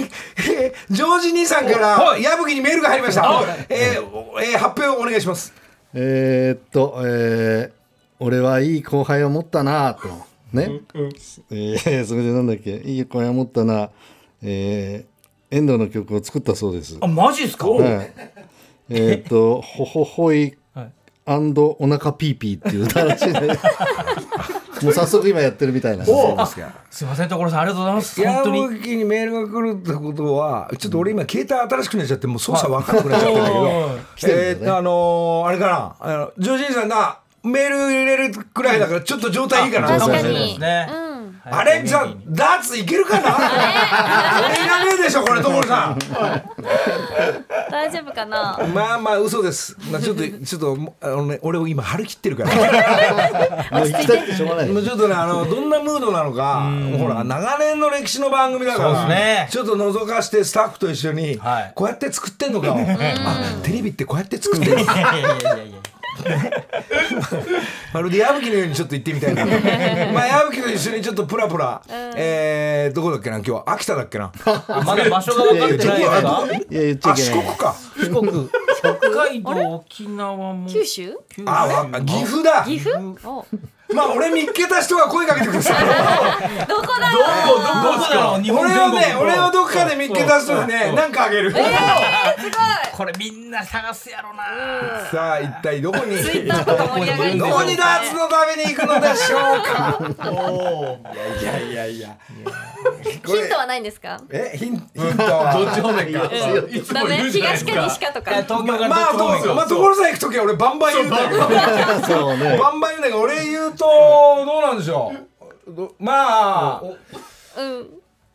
[SPEAKER 1] えージョージ兄さんから矢吹にメールが入りました、えーおえー発表をお願いします
[SPEAKER 2] えーっと、えー俺はいい後輩を持ったなぁと。ね。えー [LAUGHS] それでなんだっけ、いい後輩を持ったなぁ、えー、遠藤の曲を作ったそうです。
[SPEAKER 4] あマジですか
[SPEAKER 2] はいえっと、ほほほい
[SPEAKER 4] はい
[SPEAKER 2] アンドお腹ピーピーっていう歌らしいね。もう早速今やってるみたいなんですよ。
[SPEAKER 1] すか
[SPEAKER 4] すいません所さんありがとうございます
[SPEAKER 1] 矢
[SPEAKER 4] 本当に
[SPEAKER 1] 吹にメールが来るってことはちょっと俺今携帯新しくなっちゃってもう操作分かんなくなっちゃったんだけど
[SPEAKER 4] おー
[SPEAKER 2] 来てる
[SPEAKER 1] え
[SPEAKER 2] ん
[SPEAKER 1] ー
[SPEAKER 2] だね
[SPEAKER 1] っとあのーあれかなあのジョージンさんがメール入れるくらいだからちょっと状態いいかな
[SPEAKER 3] 確か
[SPEAKER 4] そうで
[SPEAKER 3] に
[SPEAKER 4] すね
[SPEAKER 3] うん
[SPEAKER 1] あれじゃあダーツいけるかな俺いらねえでしょこれ所さん
[SPEAKER 3] 大丈夫かな
[SPEAKER 1] [LAUGHS] まあまあ嘘です。まあちょっ [LAUGHS] とちょっともうあのね俺を今張り切ってるから。
[SPEAKER 2] もう行きたくてしょうがない。
[SPEAKER 1] [LAUGHS] もうちょっとねあのどんなムードなのか、ほら長年の歴史の番組だから、
[SPEAKER 4] そうですね
[SPEAKER 1] ちょっと覗かしてスタッフと一緒に
[SPEAKER 4] はい
[SPEAKER 1] こうやって作ってんのかを、あテレビってこうやって作ってる [LAUGHS] の
[SPEAKER 4] い。やいやいやいやいや
[SPEAKER 1] まるで矢吹のようにちょっと行ってみたい [LAUGHS] な。まあ矢吹と一緒にちょっとプラプラ、えーどこだっけな今日秋田だっけな。
[SPEAKER 4] まだ場所が分かってない
[SPEAKER 2] いやい
[SPEAKER 4] です
[SPEAKER 2] や
[SPEAKER 4] か
[SPEAKER 2] いや言っちゃい
[SPEAKER 1] あ
[SPEAKER 2] け
[SPEAKER 1] 四
[SPEAKER 2] ない
[SPEAKER 1] 国。か。
[SPEAKER 4] 四国北海道沖縄も
[SPEAKER 3] 九州
[SPEAKER 4] 九州
[SPEAKER 1] あわ岐阜だ。
[SPEAKER 3] 岐阜お
[SPEAKER 1] まあ俺見っけた人が声かけてください。
[SPEAKER 4] [LAUGHS]
[SPEAKER 3] どこだろう
[SPEAKER 4] どこだろう日本
[SPEAKER 1] 俺
[SPEAKER 4] 全
[SPEAKER 1] を
[SPEAKER 4] 国
[SPEAKER 1] ね俺をどっかで見っけた人にねなんかあげる。
[SPEAKER 4] これみんな探すやろな
[SPEAKER 1] [LAUGHS] さあ一体どこに
[SPEAKER 3] ちょっと盛り上がり
[SPEAKER 1] ど
[SPEAKER 3] そ
[SPEAKER 1] こ
[SPEAKER 3] うで
[SPEAKER 1] に
[SPEAKER 3] すね
[SPEAKER 1] ダーツのために行くのでしょうかいやいやいやこ
[SPEAKER 3] ヒン
[SPEAKER 1] れ
[SPEAKER 3] トはないんですか
[SPEAKER 1] えヒンヒントは
[SPEAKER 7] 方面かいつ
[SPEAKER 3] ダ
[SPEAKER 7] も言
[SPEAKER 3] メ
[SPEAKER 7] うじゃないです
[SPEAKER 3] 東か
[SPEAKER 7] か
[SPEAKER 3] 西かとか
[SPEAKER 4] いや東京から
[SPEAKER 1] まあ
[SPEAKER 4] どっち
[SPEAKER 1] と
[SPEAKER 4] も
[SPEAKER 1] まあ所さん行く時は俺バンバン言うんだけど
[SPEAKER 2] そうね。
[SPEAKER 1] バンバン言うんだけど俺言うとどうなんでしょうどまあ
[SPEAKER 3] うん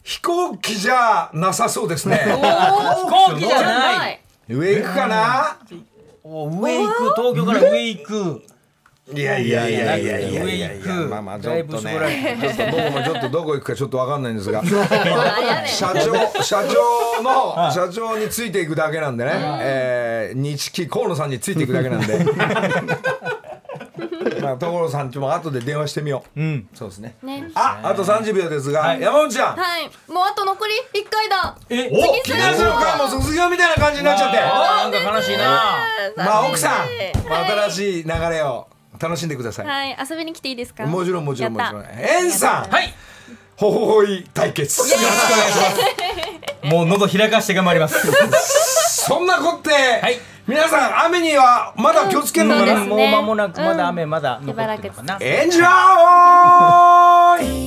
[SPEAKER 1] 飛行機じゃなさそうですね
[SPEAKER 4] 飛行機じゃない
[SPEAKER 3] い
[SPEAKER 1] 上行くかな
[SPEAKER 4] お上行く東京から上行く
[SPEAKER 1] いやいやいやいやいやいや
[SPEAKER 4] 上
[SPEAKER 1] い
[SPEAKER 4] 行
[SPEAKER 1] や
[SPEAKER 4] く
[SPEAKER 1] まあまあちょっと
[SPEAKER 4] だいぶ絞られ
[SPEAKER 1] ねちょっと僕もちょっとどこ行くかちょっとわかんないん [LAUGHS] ですが
[SPEAKER 3] なんやねん
[SPEAKER 1] 社長社長 [LAUGHS] の社長についていくだけなんでね、えー、日記河野さんについていくだけなん [LAUGHS] でまあ所さんちも後で電話してみよう、
[SPEAKER 4] ん
[SPEAKER 1] そうですね
[SPEAKER 3] ね
[SPEAKER 1] ああと30秒ですが、
[SPEAKER 4] い
[SPEAKER 1] 山本ちゃん
[SPEAKER 3] はいもうあと残り一回だ
[SPEAKER 4] え
[SPEAKER 1] お
[SPEAKER 3] 次
[SPEAKER 1] 皆さんの会も卒業みたいな感じになっちゃって
[SPEAKER 4] あーなんか悲しいな
[SPEAKER 1] まあ奥さん、まあ、新
[SPEAKER 3] い
[SPEAKER 1] しい流れを楽しんでください、
[SPEAKER 3] はい遊びに来ていいですか
[SPEAKER 1] もちろんもちろんもちろ
[SPEAKER 3] や
[SPEAKER 1] ん
[SPEAKER 3] っ
[SPEAKER 1] エンさん、
[SPEAKER 4] はい
[SPEAKER 1] ほほほい対決
[SPEAKER 4] もう喉開かして頑張ります
[SPEAKER 1] そんなこって、
[SPEAKER 4] い
[SPEAKER 1] 皆さん雨にはまだ気をつけるのかな、
[SPEAKER 3] そうですね
[SPEAKER 4] もう間もなくまだ雨まだ
[SPEAKER 3] た
[SPEAKER 4] 残
[SPEAKER 3] し
[SPEAKER 4] っ
[SPEAKER 3] ばら
[SPEAKER 4] てる
[SPEAKER 3] く
[SPEAKER 4] のかな
[SPEAKER 1] エンジョイ